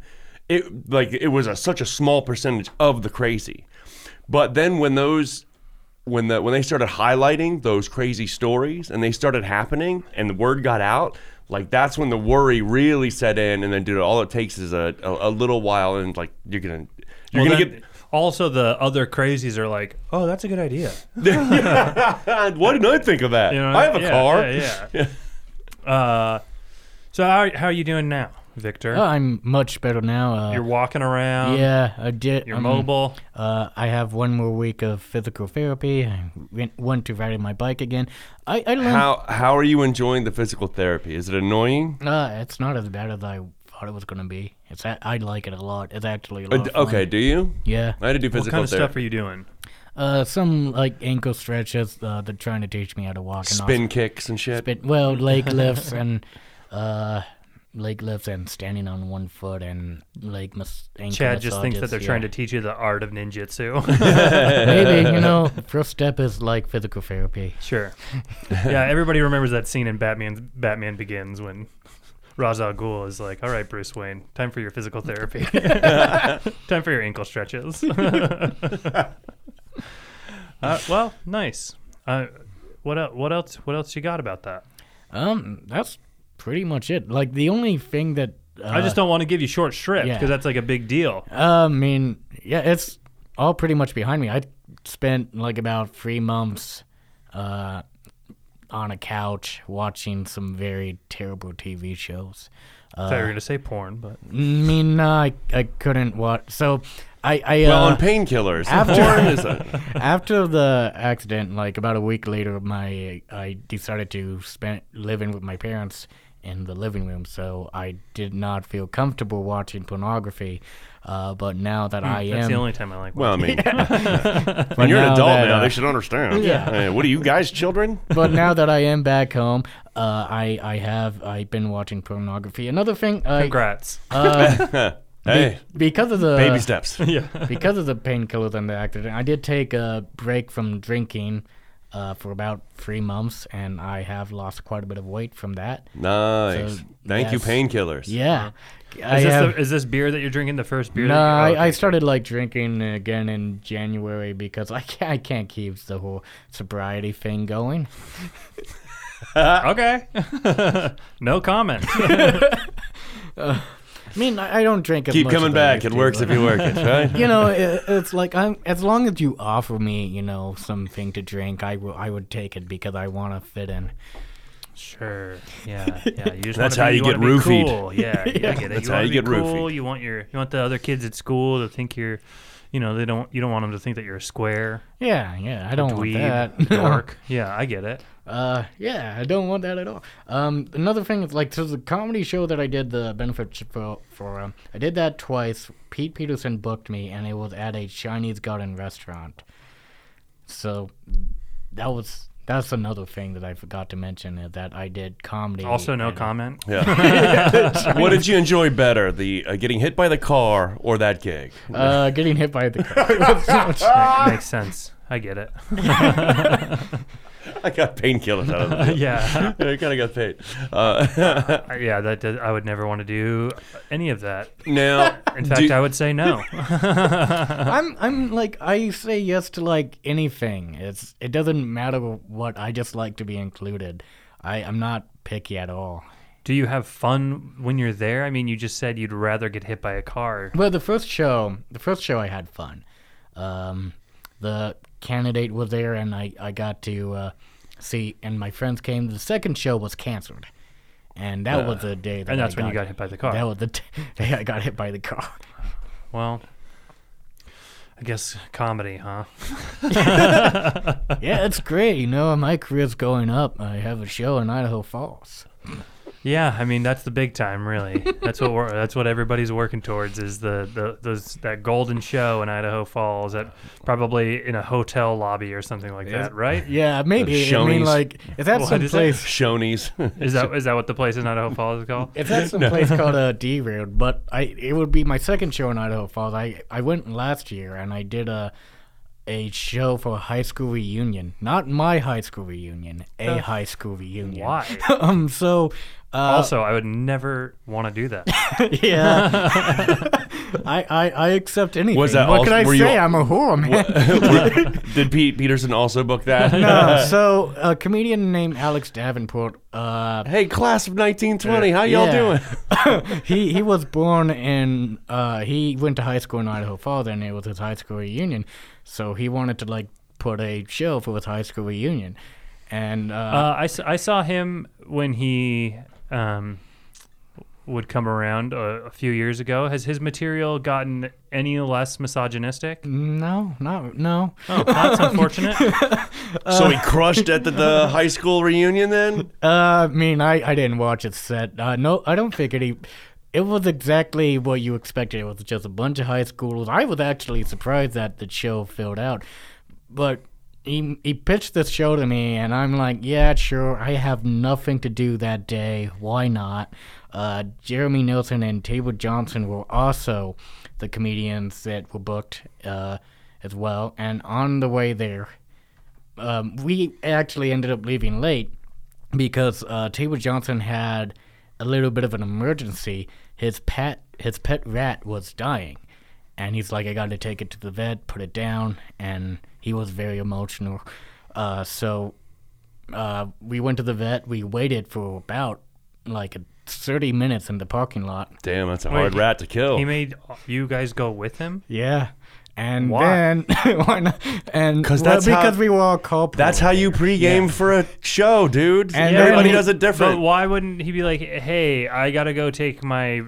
it like it was a, such a small percentage of the crazy, but then when those when the when they started highlighting those crazy stories and they started happening and the word got out like that's when the worry really set in and then dude all it takes is a, a, a little while and like you're gonna you're
Well,
gonna
then-
get
Also, the other crazies are like, "Oh, that's a good idea."
Why didn't I think of that?
You know,
I have a
yeah,
car.
Yeah, yeah. uh, so how, how are you doing now, Victor?
Oh, I'm much better now. Uh,
you're walking around.
yeah, I did.
You're
um,
mobile.
Uh, I have one more week of physical therapy. I went, went to riding my bike again. I, I learned.
How how are you enjoying the physical therapy? Is it annoying?
Uh, it's not as bad as I thought it was gonna be. It's a- I like it a lot. It's actually a lot.
Uh, d-
of fun.
okay, do you?
Yeah.
I had to do
What
physical
kind of stuff
therapy.
are you doing?
Uh, some like ankle stretches. Uh, they're trying to teach me how to walk and
Spin kicks and shit.
Spin. Well, leg lifts and uh, leg lifts and standing on one foot and leg mas- ankle
Chad just thinks that
massages,
they're
yeah.
trying to teach you the art of ninjutsu.
Maybe you know, first step is like physical therapy.
sure. Yeah, everybody remembers that scene in Batman Batman Begins when Ra's al Ghul is like, "All right, Bruce Wayne, time for your physical therapy. time for your ankle stretches." uh, well, nice. Uh, what el- what else what else you got about that?
Um, that's pretty much it. Like the only thing that uh,
I just don't want to give you short shrift
yeah.
because that's like a big deal.
I mean, yeah, it's all pretty much behind me. I spent like about three months uh, on a couch watching some very terrible TV shows. Uh,
I thought you were gonna say porn, but
I mean, no, I, I couldn't watch. So I, I uh,
well, on painkillers.
after-
Porn is a-
after the accident, like about a week later, my I decided to spend living with my parents in the living room, so I did not feel comfortable watching pornography. Uh, but now
Hmm,
that I
that's
am,
the only time I like.
well, I mean,
but
when you're an
now
adult
that,
now,
uh,
they should understand.
Yeah.
Hey, what are you guys, children?
but now that I am back home, uh, I I have I've been watching pornography. Another thing, I
Congrats.
uh,
Hey,
because of the
baby steps.
yeah.
because of the painkillers and the accident, I did take a break from drinking uh, for about three months, and I have lost quite a bit of weight from that.
Nice.
So,
Thank you,
yes.
painkillers.
Yeah, I
Is this,
have.
the, is this beer that you're drinking the first beer?
no,
that you- oh,
I, I
okay.
started like drinking again in January because I can't, I can't keep the whole sobriety thing going.
okay. no comment.
I mean, I, I don't drink as
Keep
much
coming
as I
back.
used
It
to,
works
but-
if you work it, right?
you know, it, it's like I'm as long as you offer me, you know, something to drink, I will I would take it because I want to fit in.
Sure. Yeah. Yeah. You just
That's
wanna be-
how you
wanna
get
be
roofied.
Cool. Yeah. yeah. I get it.
That's
wanna
how you
be
get
cool.
roofied.
You want your you want the other kids at school to think you're, you know, they don't you don't want them to think that you're a square,
Yeah, yeah, I don't
dweeb,
want that.
dork. Yeah, I get it.
Uh, yeah, I don't want that at all. Um, another thing is like so the comedy show that I did the benefit sh- for, for um, I did that twice. Pete Peterson booked me, and it was at a Chinese garden restaurant. So that was that's another thing that I forgot to mention is that I did comedy.
Also, no
and-
comment.
Yeah. what did you enjoy better, the uh, getting hit by the car or that gig?
Uh, getting hit by the car. was so much-
Makes sense. I get it.
I got painkillers out of that.
yeah.
I kind of got paid. Uh,
Yeah. That does, I would never want to do any of that.
now,
In fact, I would say no.
I'm I'm like I say yes to like anything. It's it doesn't matter what. I just like to be included. I I'm not picky at all.
Do you have fun when you're there? I mean, you just said you'd rather get hit by a car.
Well, the first show, the first show, I had fun. Um, the candidate was there, and I I got to uh, see, and my friends came. The second show was canceled, and that was the day. That
Uh, And
I
that's when you got hit by the car.
That was the t- day I got hit by the car.
Well, I guess comedy, huh?
yeah, it's great. You know, my career's going up. I have a show in Idaho Falls.
Yeah, I mean that's the big time, really. That's what we're, that's what everybody's working towards is the, the those that golden show in Idaho Falls at probably in a hotel lobby or something like that, right?
Yeah, maybe. I mean,
Shoney's.
like, is that
What
some
is it?
place?
Shoney's.
Is that is that what the place in Idaho Falls is called?
If that's some place called uh, Derailed, but I it would be my second show in Idaho Falls. I I went last year and I did a a show for a high school reunion, not my high school reunion, a high school reunion.
Why?
um. So. Uh,
Also, I would never want to do that.
yeah, I, I I accept anything.
Was that
what
also-
can I
were
say?
you-
I'm a whore, man.
did Pete Peterson also book that?
Uh, so a comedian named Alex Davenport. Uh,
Hey, class of 1920, how y'all doing?
doing? he he was born in uh, he went to high school in Idaho Falls, and it was his high school reunion. So he wanted to like put a show for his high school reunion, and uh,
Uh, I, s- I saw him when he um, would come around uh, a, a few years ago. Has his material gotten any less misogynistic?
no, not no.
Oh, that's unfortunate. Uh,
so he crushed at the, the high school reunion then?
Uh, I mean, I I didn't watch it set. Uh, no, I don't think any. It was exactly what you expected. It was just a bunch of high schoolers. I was actually surprised that the show filled out, but he he pitched this show to me, and I'm like, yeah, sure. I have nothing to do that day. Why not? Uh, Jeremy Nilsson and Tabor Johnson were also the comedians that were booked uh, as well. And on the way there, um, we actually ended up leaving late because uh, Tabor Johnson had a little bit of an emergency. His pet his pet rat was dying, and he's like, "I got to take it to the vet, put it down." And he was very emotional. Uh, so uh, we went to the vet. We waited for about like 30 minutes in the parking lot.
Damn, that's a
Wait,
hard rat to kill.
He made you guys go with him.
Yeah. And
Why?
then why not? And
'Cause
well,
that's how-
because we were all culpable.
That's how you pregame for a show, dude.
And
Everybody
then-
does it
But
different.
why wouldn't he be like, "Hey, I gotta go take my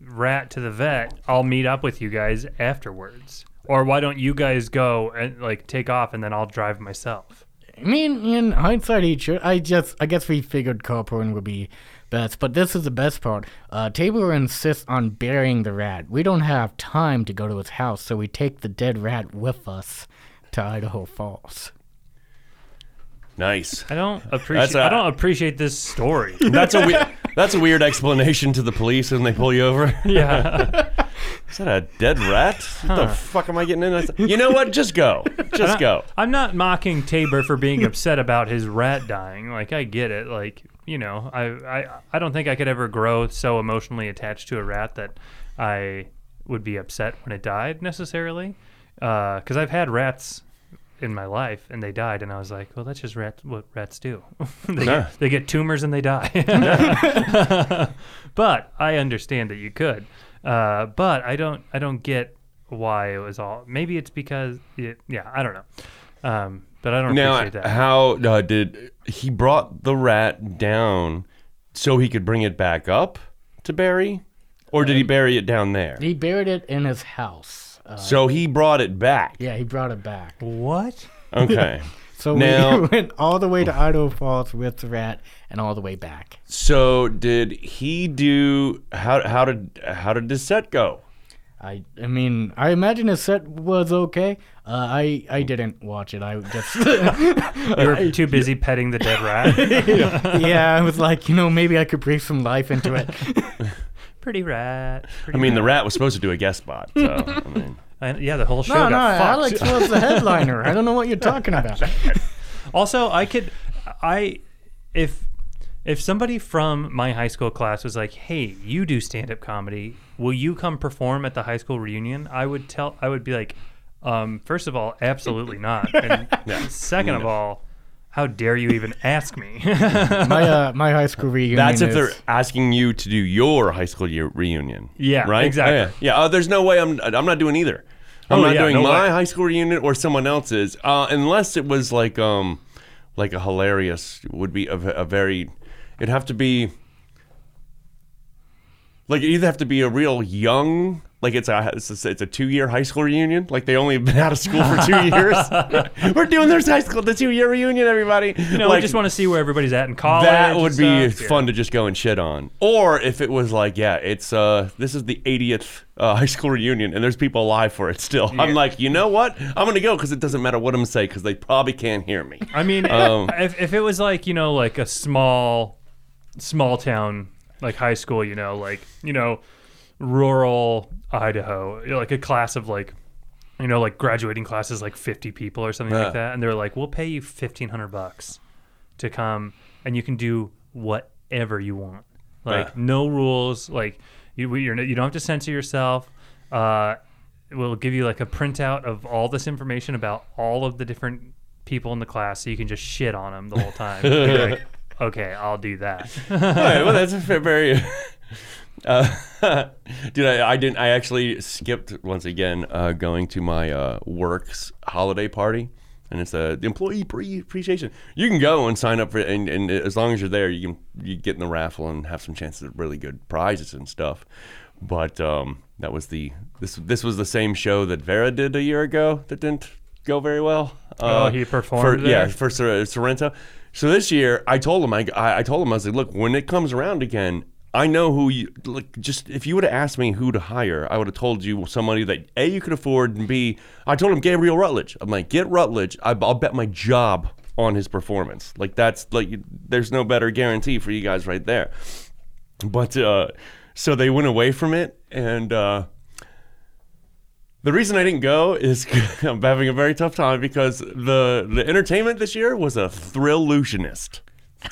rat to the vet. I'll meet up with you guys afterwards." Or why don't you guys go and like take off and then I'll drive myself?
I mean, in hindsight, he should. I just, I guess we figured Carpoon would be best, but this is the best part. Uh, Tabor insists on burying the rat. We don't have time to go to his house, so we take the dead rat with us to Idaho Falls.
Nice.
I don't appreciate.
a-
I don't appreciate this story.
That's a weird. That's a weird explanation to the police when they pull you over.
Yeah.
Is that a dead rat? What the fuck am I getting in? I said, You know what? Just go. Just go.
I'm not mocking Tabor for being upset about his rat dying. Like I get it. Like you know, I I I don't think I could ever grow so emotionally attached to a rat that I would be upset when it died necessarily. Because I've had rats in my life and they died, and I was like, well, that's just rat what rats do. they,
Yeah.
get, they get tumors and they die. but I understand that you could. Uh, but I don't. I don't get why it was all. Maybe it's because. It, yeah, I don't know. Um, but I don't
Now,
appreciate that.
how uh, did he brought the rat down so he could bring it back up to bury, or did he bury it down there?
He buried it in his house. Uh,
So he brought it back.
yeah, he brought it back.
what?
Okay.
So
Now-
we went all the way to Idaho Falls with the rat and all the way back.
So did he do how how did how did the set go?
I I mean I imagine his set was okay. Uh, I I didn't watch it. I just
You were too busy petting the dead rat.
yeah I was like you know maybe I could breathe some life into it.
pretty rat.
I
pretty
mean, the
rat.
rat was supposed to do a guest spot. So I mean,
I- yeah, the whole show
Oh, No, no,
got fucked.
Alex was the headliner. I don't know what you're talking about.
Also, I could, I, if if somebody from my high school class was like, "Hey, you do stand up comedy. Will you come perform at the high school reunion?" I would tell. I would be like, um, first of all, absolutely not. And second of all, how dare you even ask me?
My uh, my high school reunion.
that's if
is-
they're asking you to do your high school year reunion.
Yeah,
right.
exactly.
Oh, yeah. yeah. Oh, there's no way I'm I'm not doing either. I'm
Oh,
not
yeah,
doing
no
my
way.
high school reunion or someone else's, uh, unless it was like um like a hilarious would be a, a very it'd have to be Like you either have to be a real young, like it's a it's a, it's a two year high school reunion. Like they only have been out of school for two years. We're doing their high school the two year reunion, everybody.
no, I
like,
just want to see where everybody's at in college.
that
and
would be
stuff. Yeah.
fun to just go and shit on. Or if it was like, yeah, it's uh this is the 80th uh, high school reunion and there's people alive for it still. I'm like, you know what? I'm gonna go because it doesn't matter what I'm saying because they probably can't hear me.
I mean,
Um,
if, if it was like you know, like a small, small town, like high school, you know, like you know, rural Idaho, you know, like a class of like, you know, like graduating classes, like fifty people or something
Yeah.
like that, and they're like, we'll pay you fifteen hundred bucks to come, and you can do whatever you want, like
Yeah.
no rules, like you we- you're, you don't have to censor yourself. Uh, we'll give you like a printout of all this information about all of the different people in the class so you can just shit on them the whole time. You're like, okay, I'll do that.
All right, well, that's a fair- very. Uh, dude, I, I didn't. I actually skipped once again uh, going to my uh, work's holiday party, and it's uh, the employee pre- appreciation. You can go and sign up for, and, and as long as you're there, you can you get in the raffle and have some chances at really good prizes and stuff. But um, that was the this this was the same show that Vera did a year ago that didn't go very well.
Oh,
Uh,
he
for,
performed
Yeah,
there?
for Sor- Sorrento. So this year, I told him, I, I I told him, I was like, look, when it comes around again, I know who you, like, just if you would have asked me who to hire, I would have told you somebody that A, you could afford, and B, I told him Gabriel Rutledge. I'm like, get Rutledge. I, I'll bet my job on his performance. Like, that's like, you- there's no better guarantee for you guys right there. But, uh, so they went away from it, and, uh, the reason I didn't go is I'm having a very tough time because the the entertainment this year was a thrillutionist.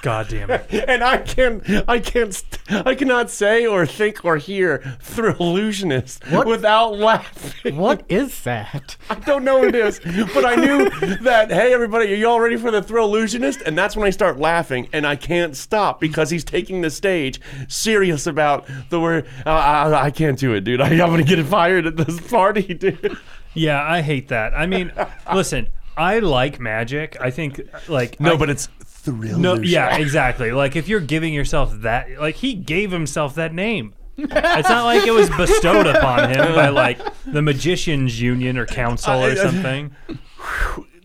God damn it.
And I can I can't st- I cannot say or think or hear thrillutionist without laughing.
What is that?
I don't know what it is, but I knew that hey everybody, are you all ready for the thrillutionist? And that's when I start laughing and I can't stop because he's taking the stage serious about the word uh, I, I can't do it, dude. I, I'm going to get fired at this party, dude.
Yeah, I hate that. I mean, listen, I like magic. I think like
No,
I-
but it's thrilling.
no, yeah, exactly. Like if you're giving yourself that, like he gave himself that name. It's not like it was bestowed upon him by like the magicians union or council
I- I-
or something.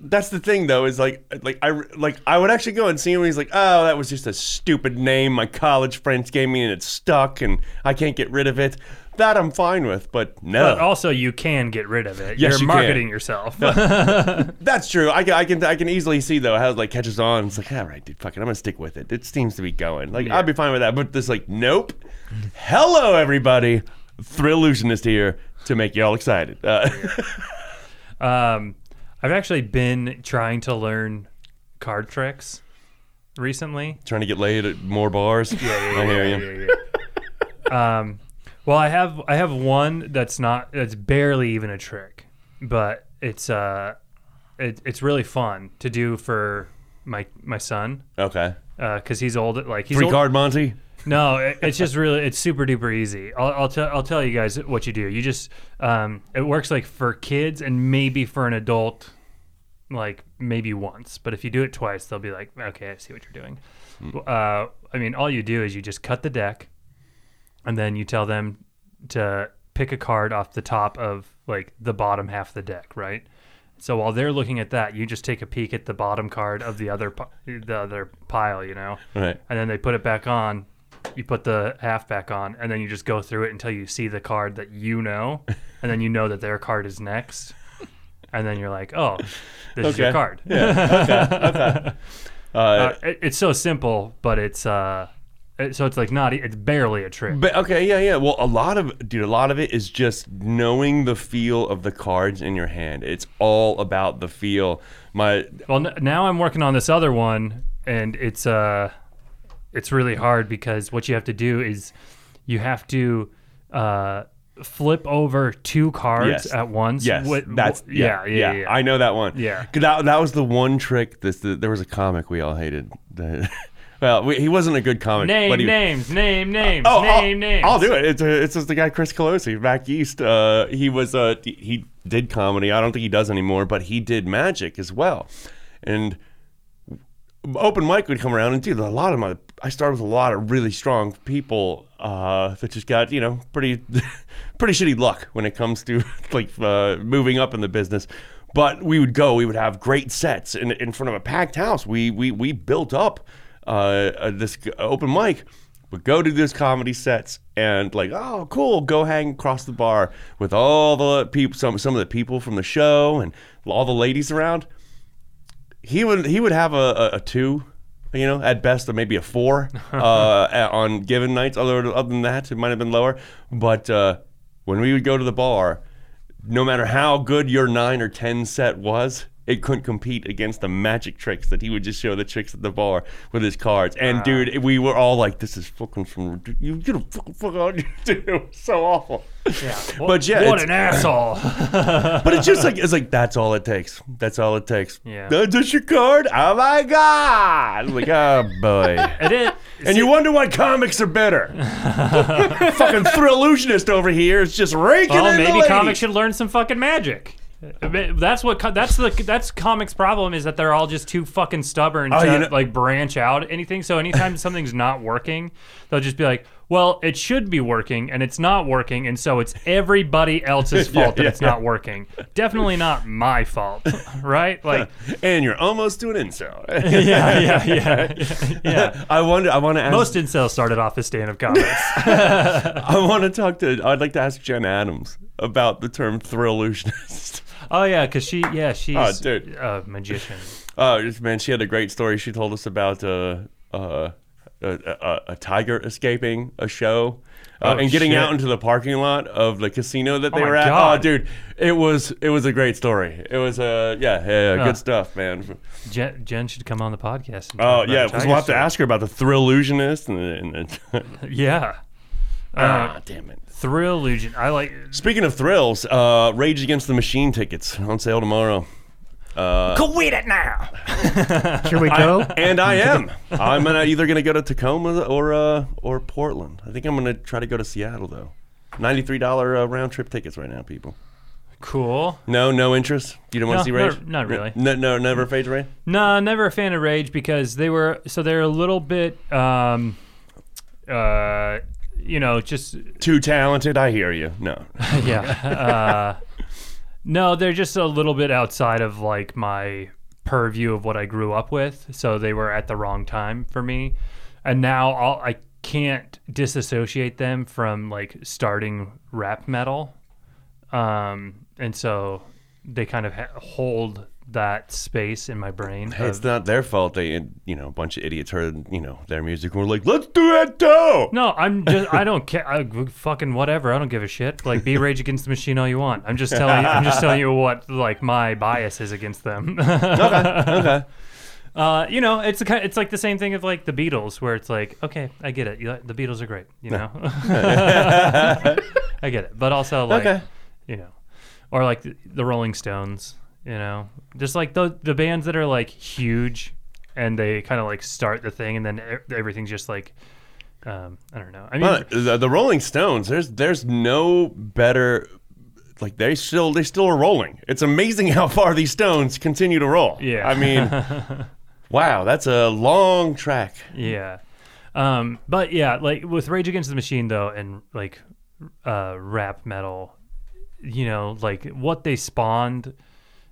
That's the thing, though, is like, like I like I would actually go and see him. And he's like, oh, that was just a stupid name my college friends gave me, and it stuck, and I can't get rid of it. That I'm fine with, but no.
But also, you can get rid of it.
Oh. Yes,
You're
you can.
marketing yourself.
That's true. I can, I can I can easily see though how it like catches on. It's like, all right, dude, fuck it. I'm gonna stick with it. It seems to be going. Like I'd be fine with that. But this like, nope. Hello, everybody. Thrillusionist here to make y'all excited. Uh,
Um, I've actually been trying to learn card tricks recently.
trying to get laid at more bars. Yeah, I hear you.
um, well, I have I have one that's not that's barely even a trick, but it's uh, it, it's really fun to do for my my son
Okay.
because he's old. Like he's
Free
old,
card, Monty.
No, it, it's just really it's super duper easy. I'll I'll, tell I'll tell you guys what you do. You just um, it works like for kids and maybe for an adult, like maybe once. But if you do it twice, they'll be like, okay, I see what you're doing. Uh, I mean, all you do is you just cut the deck, and then you tell them to pick a card off the top of like the bottom half of the deck, right? So while they're looking at that, you just take a peek at the bottom card of the other pi- the other pile, you know
Right.
and then they put it back on. You put the half back on, and then you just go through it until you see the card that you know, and then you know that their card is next, and then you're like, "Oh, this is your
Okay.
card."
Uh,
Uh, it- it's so simple, but it's uh, it, so it's like not e- it's barely a trick.
But okay, yeah, yeah. Well, a lot of dude, a lot of it is just knowing the feel of the cards in your hand. It's all about the feel. My
Well, n- now I'm working on this other one, and it's uh, it's really hard because what you have to do is you have to uh, flip over two cards
Yes.
at once.
Yes,
What-
that's
wh-
yeah,
yeah, yeah.
I know that one.
Yeah.
'Cause that, that was the one trick. This the, there was a comic we all hated. The- well, we, he wasn't a good comic.
Name
but he,
names, name names,
Oh,
name
I'll,
names.
I'll do it. It's, uh, it's just the guy Chris Colosi back east. Uh, he was uh, he- he did comedy. I don't think he does anymore, but he did magic as well. And open mic would come around, and dude, a lot of my I started with a lot of really strong people uh, that just got you know pretty pretty shitty luck when it comes to like uh, moving up in the business. But we would go, we would have great sets in, in front of a packed house. We we we built up uh, uh, this g- open mic. But go to these comedy sets and like, oh, cool, go hang across the bar with all the people, some some of the people from the show and all the ladies around he would he would have a, a, a two, you know, at best, or maybe a four uh, a- on given nights. Other other than that, it might have been lower. But uh, when we would go to the bar, no matter how good your nine or ten set was. It couldn't compete against the magic tricks that he would just show the tricks at the bar with his cards. And dude, we were all like, "This is fucking from you. Get a fucking fuck on, dude. It was so awful."
Yeah. Wha-
But yeah,
what
it's-
an asshole.
But it's just like it's like that's all it takes. That's all it takes.
Yeah.
That's just your card. Oh my god! Like oh boy.
it is.
and you wonder why comics are better. Fucking thrillusionist over here is just raking
well,
in the
Oh, maybe
ladies.
comics should learn some fucking magic. I mean, That's what co- that's the that's comics' problem is that they're all just too fucking stubborn
Oh,
to
you know-
like branch out anything. So anytime something's not working, they'll just be like, "Well, it should be working, and it's not working, and so it's everybody else's fault that
yeah,
it's not working. Definitely not my fault, right? Like,
And you're almost to an incel.
yeah, yeah, yeah, yeah.
I wonder. I want to ask.
Most incels started off as stand-up comics.
I want to talk to. I'd like to ask Jen Adams about the term thrillusionist.
oh yeah, because she, yeah, she's
Oh, dude.
a magician.
Oh just- man, she had a great story. She told us about uh, uh, a, a, a tiger escaping a show uh,
Oh,
and getting
shit.
out into the parking lot of the casino that they
my
were at.
God.
Oh, dude, it was it was a great story. It was uh, yeah, yeah,
Huh.
yeah, good stuff, man.
Jen, Jen should come on the podcast. and
Oh
talk about
yeah,
the
because we'll have
tiger
to ask her about the thrillusionist and, the- and the,
stuff. Yeah,
ah, damn it.
thrill legion. I like.
Speaking of thrills, uh, Rage Against the Machine tickets on sale tomorrow.
Quit it now.
Here we go.
and I am. I'm gonna either gonna go to Tacoma or uh, or Portland. I think I'm gonna try to go to Seattle though. Ninety-three dollar uh, round trip tickets right now, people.
Cool.
No, no interest. You don't want
No,
to see Rage?
not- not really.
No, no, never afraid to Rage.
Nah, never a fan of Rage because they were so they're a little bit, um, uh, you know, just
Too talented. I hear you. No.
yeah. Uh, no, they're just a little bit outside of like my purview of what I grew up with. So they were at the wrong time for me, and now I'll, I can't disassociate them from like starting rap metal. Um, and so they kind of ha- hold that space in my brain.
Hey,
of-
it's not their fault. They, you know, a bunch of idiots heard, you know, their music and were like, "Let's do that too."
no, I'm just I don't care. I, fucking whatever. I don't give a shit. Like be Rage Against the Machine all you want. I'm just telling you, I'm just telling you what like my bias is against them.
okay.
Uh, you know, it's a, ki- it's like the same thing of like the Beatles, where it's like, okay, I get it. You, the Beatles are great, you know. I get it, but also like,
Okay.
you know, or like the, the Rolling Stones, you know, just like the the bands that are like huge, and they kind of like start the thing, and then e- everything's just like, um, I don't know. I mean,
But the, the Rolling Stones, there's there's no better. Like they still they still are rolling. It's amazing how far these Stones continue to roll.
Yeah.
I mean, wow, that's a long track.
Yeah. Um, but yeah, like with Rage Against the Machine though, and like uh, rap metal, you know, like what they spawned,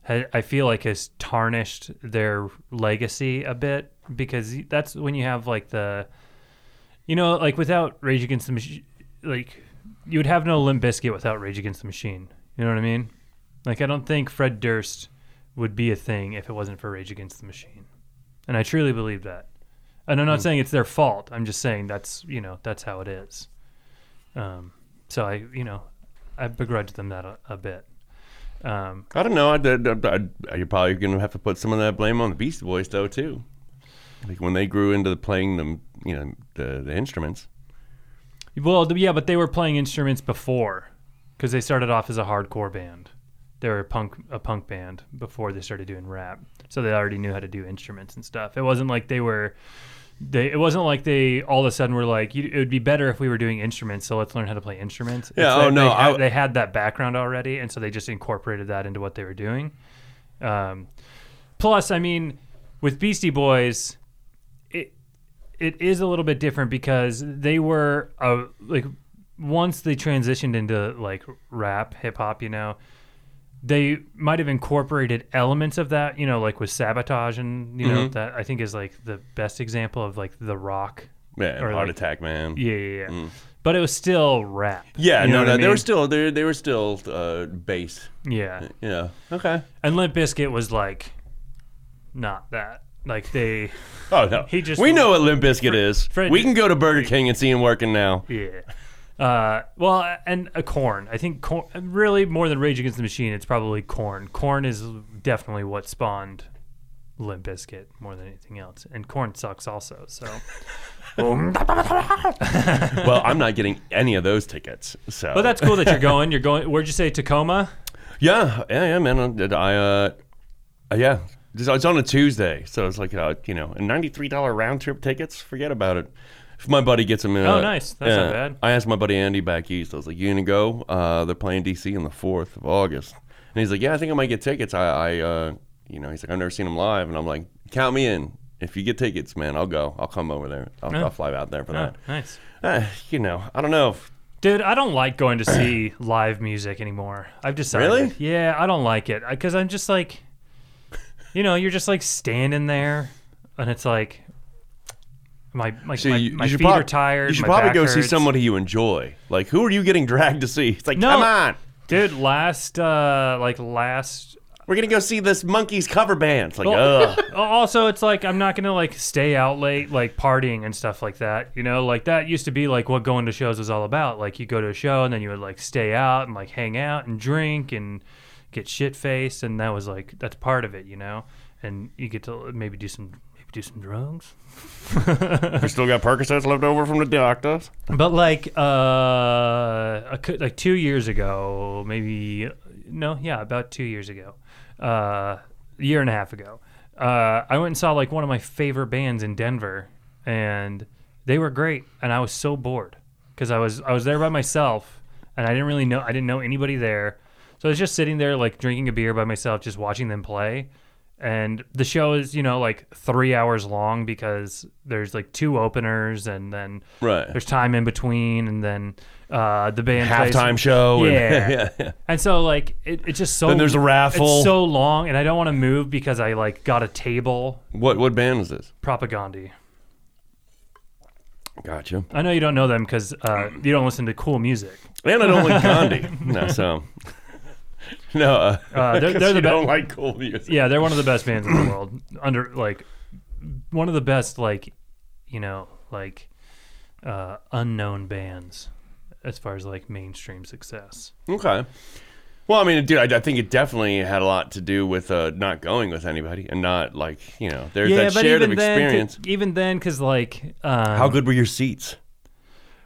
ha- I feel like has tarnished their legacy a bit because that's when you have like the, you know, like without Rage Against the Machine, like you would have no Limp Bizkit without Rage Against the Machine. You know what I mean? Like I don't think Fred Durst would be a thing if it wasn't for Rage Against the Machine, and I truly believe that. And I'm not saying it's their fault. I'm just saying that's you know that's how it is. Um, so I you know I begrudge them that a, a bit. Um,
I don't know. I, I, I, you're probably gonna have to put some of that blame on the Beastie Boys though too. Like when they grew into playing them, you know, the, the instruments.
well, th- yeah, but they were playing instruments before, because they started off as a hardcore band. They were a punk a punk band before they started doing rap, so they already knew how to do instruments and stuff. It wasn't like they were. They, it wasn't like they all of a sudden were like, "You- it would be better if we were doing instruments, so let's learn how to play instruments. It's
Yeah, oh,
like
no,
they had,
I-
they had that background already, and so they just incorporated that into what they were doing. Um, plus, I mean, with Beastie Boys, it it is a little bit different because they were uh, like once they transitioned into like rap, hip hop, you know, they might have incorporated elements of that, you know, like with sabotage and you know that I think is like the best example of like the rock.
Yeah,
Or
Heart
like-
Attack Man.
Yeah, yeah, yeah. But it was still rap.
Yeah,
You know
no,
what
no,
I
they were
mean?
still they they were still uh, bass.
yeah.
Yeah. Okay.
And Limp Bizkit was like not that. Like they
Oh no.
He just-
we know what Limp Bizkit is.
Fred-
we can go to Burger King and see him working now.
Yeah. Uh, well, and a corn. I think corn, really more than Rage Against the Machine, it's probably corn. Corn is definitely what spawned Limp Bizkit more than anything else, and corn sucks also. So
well, I'm not getting any of those tickets. So.
but that's cool that you're going. You're going. Where'd you say Tacoma?
Yeah, yeah, yeah, man. I uh, yeah. It's it's on a Tuesday, so it's like uh, you know, and ninety three dollar round trip tickets. Forget about it. If my buddy gets them in,
Oh,
uh,
nice. That's not bad.
I asked my buddy Andy back east. I was like, "You gonna go?" Uh, they're playing DC on the fourth of August, and he's like, "Yeah, I think I might get tickets." I, I uh, you know, he's like, "I've never seen them live," and I'm like, "Count me in. If you get tickets, man, I'll go. I'll come over there. I'll, I'll fly out there for
Oh,
that."
nice,
Uh, you know, I don't know. If,
dude. I don't like going to see live music anymore. I've decided.
Really?
Yeah, I don't like it because I'm just like, you know, you're just like standing there, and it's like. My, my,
So
my,
you,
my
you should
feet
prob-
are tired.
You should
my
probably
back
go see
hurts.
somebody you enjoy. Like, who are you getting dragged to see? It's like,
No.
come on,
Dude, last uh like last
we're gonna go see this monkeys cover band. It's like, ugh.
also it's like I'm not gonna like stay out late like partying and stuff like that. You know, like that used to be like what going to shows was all about. Like you go to a show and then you would like stay out and like hang out and drink and get shit faced and that was like that's part of it, you know? And you get to uh, maybe do some maybe do some drugs.
we still got Percocets left over from the doctors.
But like uh, a cou- like two years ago, maybe no, yeah, about two years ago, uh, a year and a half ago, uh, I went and saw like one of my favorite bands in Denver, and they were great, and I was so bored because I was I was there by myself, and I didn't really know I didn't know anybody there, so I was just sitting there like drinking a beer by myself, just watching them play, and the show is you know like three hours long because there's like two openers and then
Right.
there's time in between and then uh the band plays-
Halftime show. and-
Yeah.
yeah, yeah.
and so like it, it's just so
Then there's a raffle.
it's so long and i don't want to move because i like got a table
What what band is this?
propaganda
Gotcha.
I know you don't know them because uh, you don't listen to cool music.
And I don't like Gandhi. No, so no, uh,
Uh, they're, they're
'cause
the
you
best.
don't like cool music.
yeah, they're one of the best bands in the world. Under like one of the best like you know like uh, unknown bands as far as like mainstream success.
Okay. Well, I mean, dude, I, I think it definitely had a lot to do with uh, not going with anybody and not like you know, there's that shared of experience.
then, even then, because like um,
How good were your seats?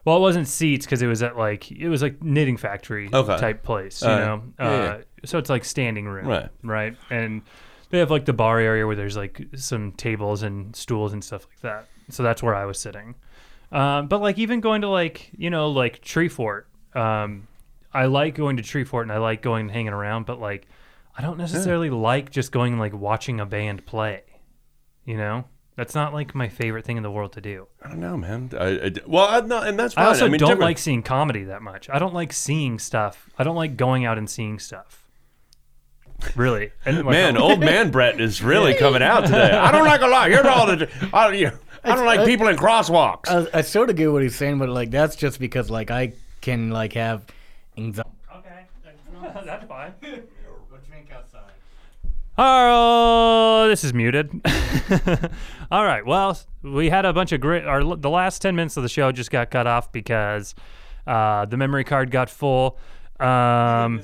Well, it wasn't seats because it was at like it was like knitting factory
Okay.
type place, you
Alright.
know.
Yeah,
uh, So it's like standing room,
Right.
Right, and they have like the bar area where there's like some tables and stools and stuff like that. So that's where I was sitting. Um, but like even going to like you know like Tree Fort, um, I like going to Tree Fort and I like going and hanging around, but like I don't necessarily like just going and like watching a band play. You know, that's not like my favorite thing in the world to do.
I don't know, man. I, I- well, I, no, and that's fine.
I also
mean,
don't
different-
like seeing comedy that much. I don't like seeing stuff. I don't like going out and seeing stuff. Really, and like,
Man, old man Brett is really coming out today. I don't like a lot. You're all the. I, you know, I don't like people in crosswalks.
I, I sort of get what he's saying, but like that's just because like I can like have anxiety.
oh, okay, that's fine.
outside.
Oh, this is muted. All right. Well, we had a bunch of great. Our the last ten minutes of the show just got cut off because uh, the memory card got full. Um,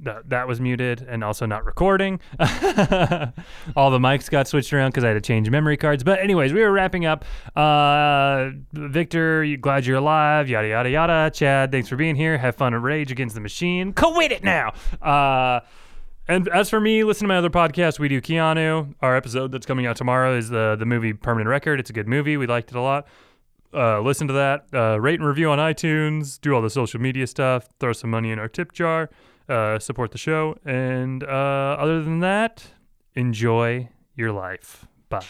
that, that was muted and also not recording. All the mics got switched around because I had to change memory cards. But anyways, we were wrapping up. Uh, Victor, you, glad you're alive. Yada yada yada. Chad, thanks for being here. Have fun at Rage Against the Machine. Quit it now. Uh, and as for me, listen to my other podcast. We do Keanu. Our episode that's coming out tomorrow is the the movie Permanent Record. It's a good movie. We liked it a lot uh, listen to that, uh, rate and review on iTunes, do all the social media stuff, throw some money in our tip jar, uh, support the show. And uh, other than that, enjoy your life. Bye.